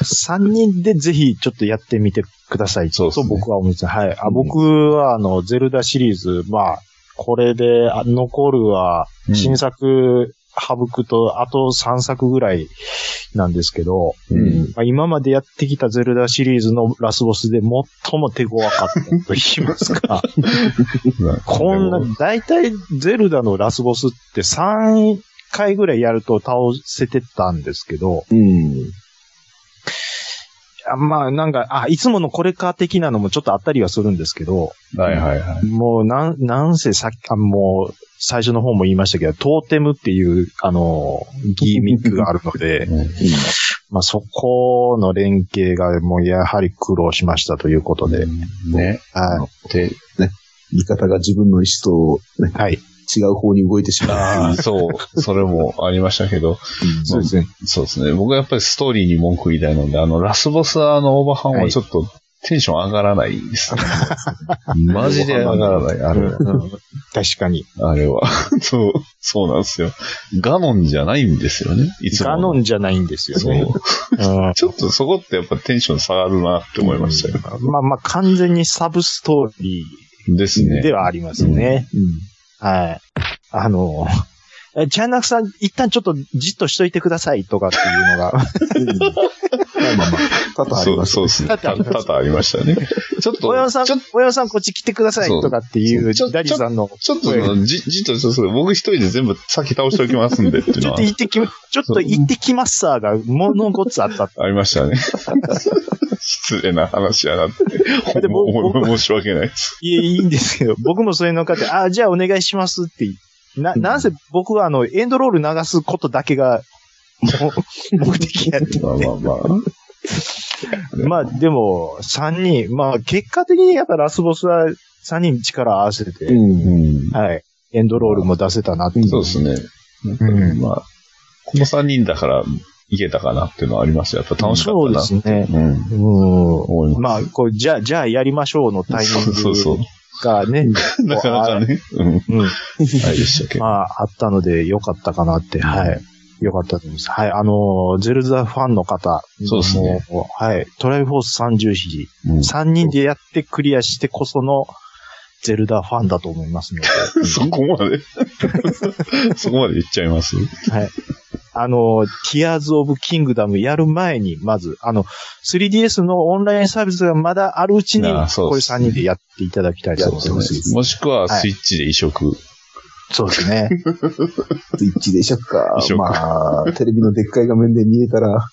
[SPEAKER 2] 三人でぜひちょっとやってみてください。
[SPEAKER 3] そうですね
[SPEAKER 2] と僕は思います。はい。あ、
[SPEAKER 3] うん
[SPEAKER 2] 僕はあの、ゼルダシリーズ、まあ、これで、あ残るは、
[SPEAKER 3] うん
[SPEAKER 2] 新作、省くと、あと3作ぐらいなんですけど、
[SPEAKER 3] うん
[SPEAKER 2] まあ今までやってきたゼルダシリーズのラスボスで最も手強かったと言います
[SPEAKER 4] [LAUGHS]
[SPEAKER 2] か、こんな、だいたいゼルダのラスボスって3回ぐらいやると倒せてたんですけど、
[SPEAKER 4] うん。
[SPEAKER 2] あまあ、なんか、あ、いつものこれか的なのもちょっとあったりはするんですけど、
[SPEAKER 3] はいはいはい。
[SPEAKER 2] もう、なん、なんせさっき、あもう、最初の方も言いましたけど、トーテムっていう、あの、ギミックがあるので、
[SPEAKER 3] うん
[SPEAKER 2] まあ、そこの連携が、もう、やはり苦労しましたということで、
[SPEAKER 3] ね。
[SPEAKER 2] は
[SPEAKER 3] で、
[SPEAKER 4] 味方が自分の意思とね
[SPEAKER 2] い。はい。
[SPEAKER 4] 違う方に動いてしま
[SPEAKER 3] あ
[SPEAKER 4] う。
[SPEAKER 3] あ、そう。それもありましたけど、
[SPEAKER 4] うん
[SPEAKER 3] そうです
[SPEAKER 2] ね。
[SPEAKER 3] そうですね。僕はやっぱりストーリーに文句言いたいので、あの、ラスボスあのオーバーハンはちょっとテンション上がらないで
[SPEAKER 2] [LAUGHS]
[SPEAKER 3] すね。マジで上がらない、あれは。
[SPEAKER 2] 確かに。
[SPEAKER 3] あれは。 [LAUGHS] そう、そうなんですよ。ガノンじゃないんですよね。いつも。
[SPEAKER 2] ガノンじゃないんですよね。
[SPEAKER 3] そう。
[SPEAKER 2] うん
[SPEAKER 3] ちょっとそこってやっぱテンション下がるなって思いましたよ。
[SPEAKER 2] まあまあ、完全にサブストーリ
[SPEAKER 3] です
[SPEAKER 2] ー
[SPEAKER 3] ね。
[SPEAKER 2] ではありますね。はい。あの、えチャンナクさん、一旦ちょっとじっとしといてくださいとかっていうの
[SPEAKER 3] [LAUGHS]
[SPEAKER 2] が、
[SPEAKER 4] うんうんまあまあまあ、多々
[SPEAKER 3] そ
[SPEAKER 4] あり
[SPEAKER 3] う
[SPEAKER 4] ます
[SPEAKER 3] そうですね。
[SPEAKER 2] 多
[SPEAKER 3] 多
[SPEAKER 2] 々あります
[SPEAKER 3] 々ありましたね。ちょっと、
[SPEAKER 2] 小山さん
[SPEAKER 3] ちょ、
[SPEAKER 2] 小山さんこっち来てくださいとかっていう、
[SPEAKER 3] そうそうちょ
[SPEAKER 2] ダリさんの、
[SPEAKER 3] ちょっとその、じ、じっとそうそう僕一人で全部先倒しておきますんでっていう
[SPEAKER 2] ち
[SPEAKER 3] の
[SPEAKER 2] ょっ
[SPEAKER 3] は
[SPEAKER 2] と行ってき、ちょっと行ってきますさーが、ものごつあった。
[SPEAKER 3] ありましたね。 [LAUGHS] 失礼な話やなって。
[SPEAKER 2] でも
[SPEAKER 3] もう、もう申し訳ないです。 [LAUGHS]
[SPEAKER 2] いえ、いいんですけど、僕もそういうのかって、あ、じゃあお願いしますってな、なんせ僕はあの、エンドロール流すことだけが、
[SPEAKER 3] [LAUGHS]
[SPEAKER 2] もう目的やって。
[SPEAKER 3] まあまあま [LAUGHS] あ。
[SPEAKER 2] まあでも、3人、まあ結果的にやっぱラスボスは3人力合わせて、
[SPEAKER 3] うん。
[SPEAKER 2] はい、エンドロールも出せたなっていう。
[SPEAKER 3] そうですね。
[SPEAKER 2] うん
[SPEAKER 3] まあ、この3人だから、いけたかなっていうのはありました。やっぱ楽しかったな。
[SPEAKER 2] そうですね。
[SPEAKER 3] うん。
[SPEAKER 2] う
[SPEAKER 3] 思い
[SPEAKER 2] ん。
[SPEAKER 3] ま
[SPEAKER 2] まあ、こう、じゃあ、じゃあやりましょうのタイ
[SPEAKER 3] す。
[SPEAKER 2] ミン
[SPEAKER 3] そうそうそう
[SPEAKER 2] グ。がね、
[SPEAKER 3] [LAUGHS] なかなかね。うん。
[SPEAKER 2] うん。
[SPEAKER 3] あれでしたけど。
[SPEAKER 2] まあ、あったので、良かったかなって、はい。良かったと思います。はい。あのーゼルダファンの方。
[SPEAKER 3] そうですね
[SPEAKER 2] もう。はい。トライフォース30日、 [LAUGHS]
[SPEAKER 3] うん
[SPEAKER 2] 3人でやってクリアしてこその、ゼルダファンだと思いますので。
[SPEAKER 3] [LAUGHS] そこまで [LAUGHS] そこまで言っちゃいます
[SPEAKER 2] あの、ティアーズ・オブ・キングダムやる前に、まず、あの、3DS のオンラインサービスがまだあるうちに、
[SPEAKER 3] ああそう
[SPEAKER 2] これ
[SPEAKER 3] です
[SPEAKER 2] 3人でやっていただきたいと思い
[SPEAKER 3] そう
[SPEAKER 2] ま。
[SPEAKER 3] ですすね。もしくは、スイッチで移植。
[SPEAKER 2] そうですね。
[SPEAKER 4] スイッチで移植か
[SPEAKER 3] 移。植
[SPEAKER 4] まあ、テレビのでっかい画面で見えたら、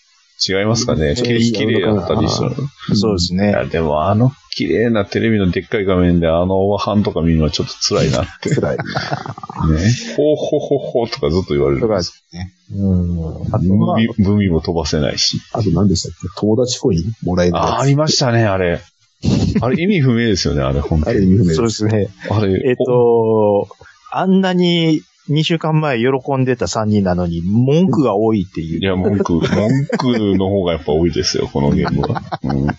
[SPEAKER 3] 違いますかね
[SPEAKER 4] うん
[SPEAKER 3] 景色綺麗だったりしたら。
[SPEAKER 2] そうです
[SPEAKER 3] い
[SPEAKER 2] ね。
[SPEAKER 3] [LAUGHS] や、でもあの綺麗なテレビのでっかい画面であのオバハンとか見るのはちょっと辛いなって。
[SPEAKER 4] [LAUGHS] 辛い。
[SPEAKER 3] ね。ほうほうほうほうとかずっと言われ
[SPEAKER 2] と
[SPEAKER 3] る。
[SPEAKER 2] かですね。うん。あと、まあ
[SPEAKER 3] 海海も飛ばせないし。
[SPEAKER 4] あと何でしたっけ友達コインもらえないやつ。
[SPEAKER 3] あ、ありましたね、あれ。あれ意味不明ですよね、あれ、本当
[SPEAKER 4] あれ
[SPEAKER 3] に。
[SPEAKER 4] 意味不明
[SPEAKER 2] そう
[SPEAKER 4] で。
[SPEAKER 2] ですすね。
[SPEAKER 3] あれ、
[SPEAKER 2] えっと、あんなに2週間前喜んでた3人なのに、文句が多いってい。
[SPEAKER 3] いうや、文句、文句の方がやっぱ多いですよ、このゲームは。うん。だ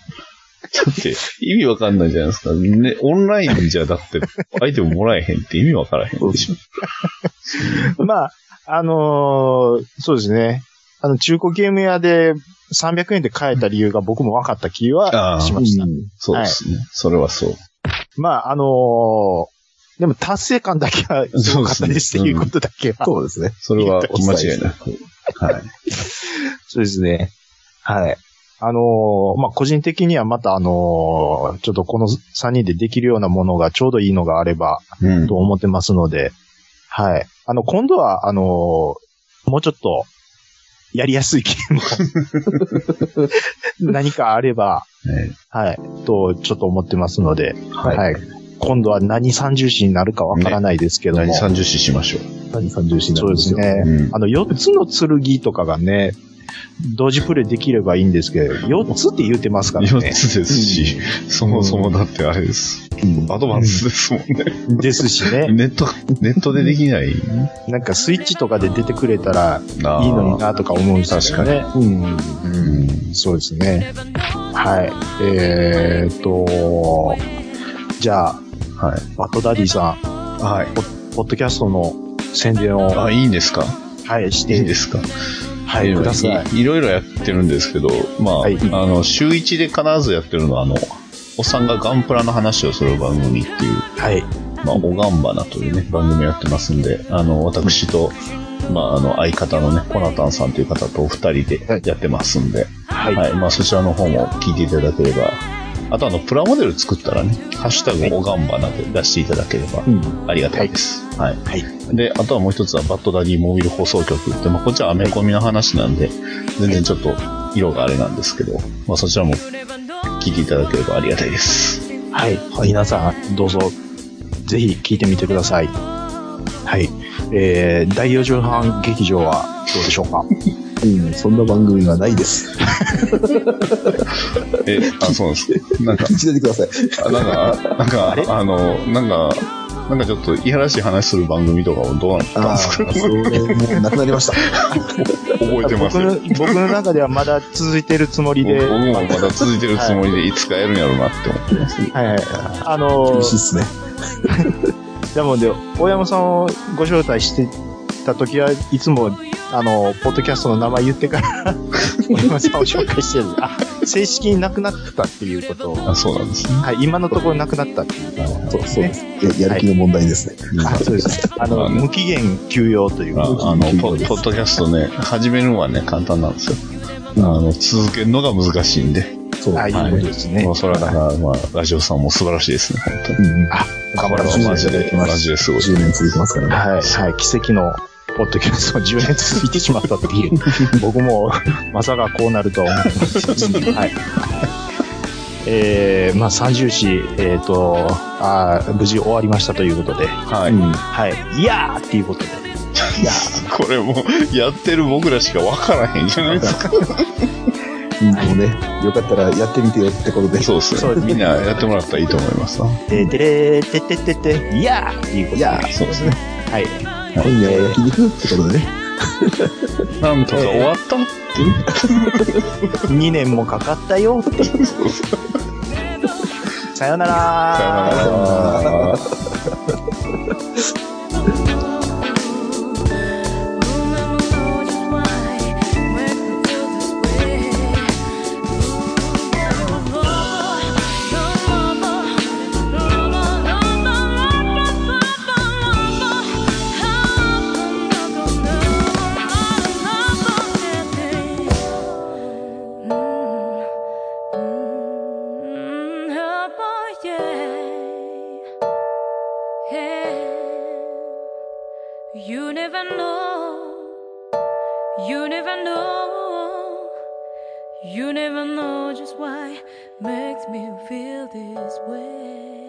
[SPEAKER 3] って、意味わかんないじゃないですか。ね、オンラインじゃ、だって、アイテムもらえへんって意味わからへんでし
[SPEAKER 2] [LAUGHS]
[SPEAKER 3] ょ。
[SPEAKER 2] まあ、あのーそうですね。あの、中古ゲーム屋で300円で買えた理由が僕も分かった気はしました。
[SPEAKER 4] うん
[SPEAKER 3] そうですね。それはそう。
[SPEAKER 2] まあ、あのーでも達成感だけはすごかったですっていうことだけは。
[SPEAKER 4] そうですね。
[SPEAKER 3] それは間違いなく。はい。
[SPEAKER 2] そうですね。はい。あのーまあ、個人的にはまたあのーちょっとこの3人でできるようなものがちょうどいいのがあれば
[SPEAKER 3] うん
[SPEAKER 2] と。思ってますので、はい。あの、今度は、あのーもうちょっと、やりやすいゲームを何かあれば、
[SPEAKER 3] ね
[SPEAKER 2] はい、と、ちょっと思ってますので、
[SPEAKER 3] は
[SPEAKER 2] はいい。今度は何三重視になるかわからないですけども、
[SPEAKER 3] 何三十視しましょう。
[SPEAKER 4] 何三重視な
[SPEAKER 2] そ
[SPEAKER 4] ん
[SPEAKER 2] う
[SPEAKER 4] で
[SPEAKER 2] ですす
[SPEAKER 4] よ。
[SPEAKER 2] ね。
[SPEAKER 3] うん
[SPEAKER 2] あの、4つの剣とかがね、同時プレイできればいいんですけど、4つって言うてますから
[SPEAKER 3] 4
[SPEAKER 2] ね。
[SPEAKER 3] つですし、そもそもだってあれです。アドバンスですもんね。
[SPEAKER 2] ですしね。
[SPEAKER 3] ネット、ネットでできない
[SPEAKER 2] なんかスイッチとかで出てくれたら
[SPEAKER 3] ない
[SPEAKER 2] いのになとか思うんですけどね。うん
[SPEAKER 3] うん
[SPEAKER 2] そうですね。はい。えーっと、じゃあ、
[SPEAKER 3] はい。
[SPEAKER 2] バットダディさん、
[SPEAKER 3] はい。
[SPEAKER 2] ポッドキャストの宣伝を、
[SPEAKER 3] あ、
[SPEAKER 2] はい
[SPEAKER 3] いんですか
[SPEAKER 2] い、し
[SPEAKER 3] いいん
[SPEAKER 2] て、
[SPEAKER 3] ですか
[SPEAKER 2] はい、ください。
[SPEAKER 3] い。いろいろやってるんですけど、まあ、
[SPEAKER 2] はい
[SPEAKER 3] あの、週1で必ずやってるのは、あの、おっさんがガンプラの話をする番組っていう、
[SPEAKER 2] はい。
[SPEAKER 3] まあ、おがんばなというね、番組やってますんで、あの、私と、まあ、あの、相方のね、コナタンさんという方とお二人でやってますんで、
[SPEAKER 2] はい。
[SPEAKER 3] はい、まあそちらの方も聞いていただければ。あとあの、プラモデル作ったらね、ハッシュタグおがんばなで出していただければありがたいです。はい。
[SPEAKER 2] はい。
[SPEAKER 3] で、あとはもう一つはバッドダディモビル放送局って、まあこっちはアメコミの話なんで、全然ちょっと色があれなんですけど、まあそちらも聞いていただければありがたいです。
[SPEAKER 2] はい、皆さんどうぞぜひ聞いてみてくださいはいえー、第4畳半劇場はどうでしょうか
[SPEAKER 4] うん、そんな番組はないです。
[SPEAKER 3] え、あ、そうなんです。
[SPEAKER 4] [LAUGHS]
[SPEAKER 3] なんか、
[SPEAKER 4] 一度でください。
[SPEAKER 3] あなんか、なんか、あの、なんか、なんかちょっといやらしい話する番組とかもどうなったん
[SPEAKER 4] ああ、
[SPEAKER 3] です
[SPEAKER 4] そ
[SPEAKER 3] か
[SPEAKER 4] れもうなくなりました。
[SPEAKER 3] 覚えてま
[SPEAKER 2] 僕
[SPEAKER 3] す
[SPEAKER 2] の僕の中ではまだ続いてるつもりで
[SPEAKER 3] 僕
[SPEAKER 2] はい
[SPEAKER 3] もまだ続いてるつもりでいつかやるんやろうなって思ってます、
[SPEAKER 2] はいあの
[SPEAKER 4] 厳しいっ
[SPEAKER 2] ー
[SPEAKER 4] すね。
[SPEAKER 2] なので大山さんをご招待してた時はいつもあのポッドキャストの名前言ってから
[SPEAKER 3] [LAUGHS]
[SPEAKER 2] 大山さんを紹介してるあ正式になくなったっていうことを
[SPEAKER 3] あそうなんですね。
[SPEAKER 2] はい、今のところなくなったっていう
[SPEAKER 4] そうそうです。ややる気の問題ですね。
[SPEAKER 2] あそうです。あの、
[SPEAKER 3] あの
[SPEAKER 2] 無期限休養という
[SPEAKER 3] あ
[SPEAKER 2] か。
[SPEAKER 3] あのポ、ポッドキャストね、始めるのはね、簡単なんですよ。あの、続けるのが難しいんで。
[SPEAKER 4] そう。
[SPEAKER 2] ああいう
[SPEAKER 3] はい
[SPEAKER 2] ことですね
[SPEAKER 3] まあ、。それはだから、まあ、ラジオさんも素晴らしいですね、本当に。
[SPEAKER 4] うんうん。
[SPEAKER 2] 頑張
[SPEAKER 4] ら
[SPEAKER 2] ろ
[SPEAKER 4] せ
[SPEAKER 2] う
[SPEAKER 4] て
[SPEAKER 3] マジで、マジですごい。
[SPEAKER 4] 10年続きますからね。
[SPEAKER 2] はい、はい、奇跡のポッドキャストを10年続いてしまったっていう。僕も、まさかこうなるとは思ってましたしはい。えー、まあ、三重詩、えっ、と、あー無事終わりましたということで、
[SPEAKER 3] は
[SPEAKER 4] うん。
[SPEAKER 2] はい。いやーっていうことで。いや
[SPEAKER 3] い。これもう、やってる僕らしかわからへんじゃないですか。
[SPEAKER 4] もうね、よかったらやってみてよってことで。
[SPEAKER 3] そうです
[SPEAKER 2] そう
[SPEAKER 3] ね。みんなやってもらったらいいと思いますわ。
[SPEAKER 2] ー、で、でれー、てってってって、いやーっていうこと
[SPEAKER 4] い
[SPEAKER 2] で。
[SPEAKER 4] やー、
[SPEAKER 3] そうですね。
[SPEAKER 2] はい。
[SPEAKER 4] 今夜は焼肉ってことでね。
[SPEAKER 3] なんとか終わった
[SPEAKER 2] 2年もかかったよって。さよなら
[SPEAKER 3] さよなら
[SPEAKER 4] あ
[SPEAKER 5] You never know. You never know. You never know just why makes me feel this way.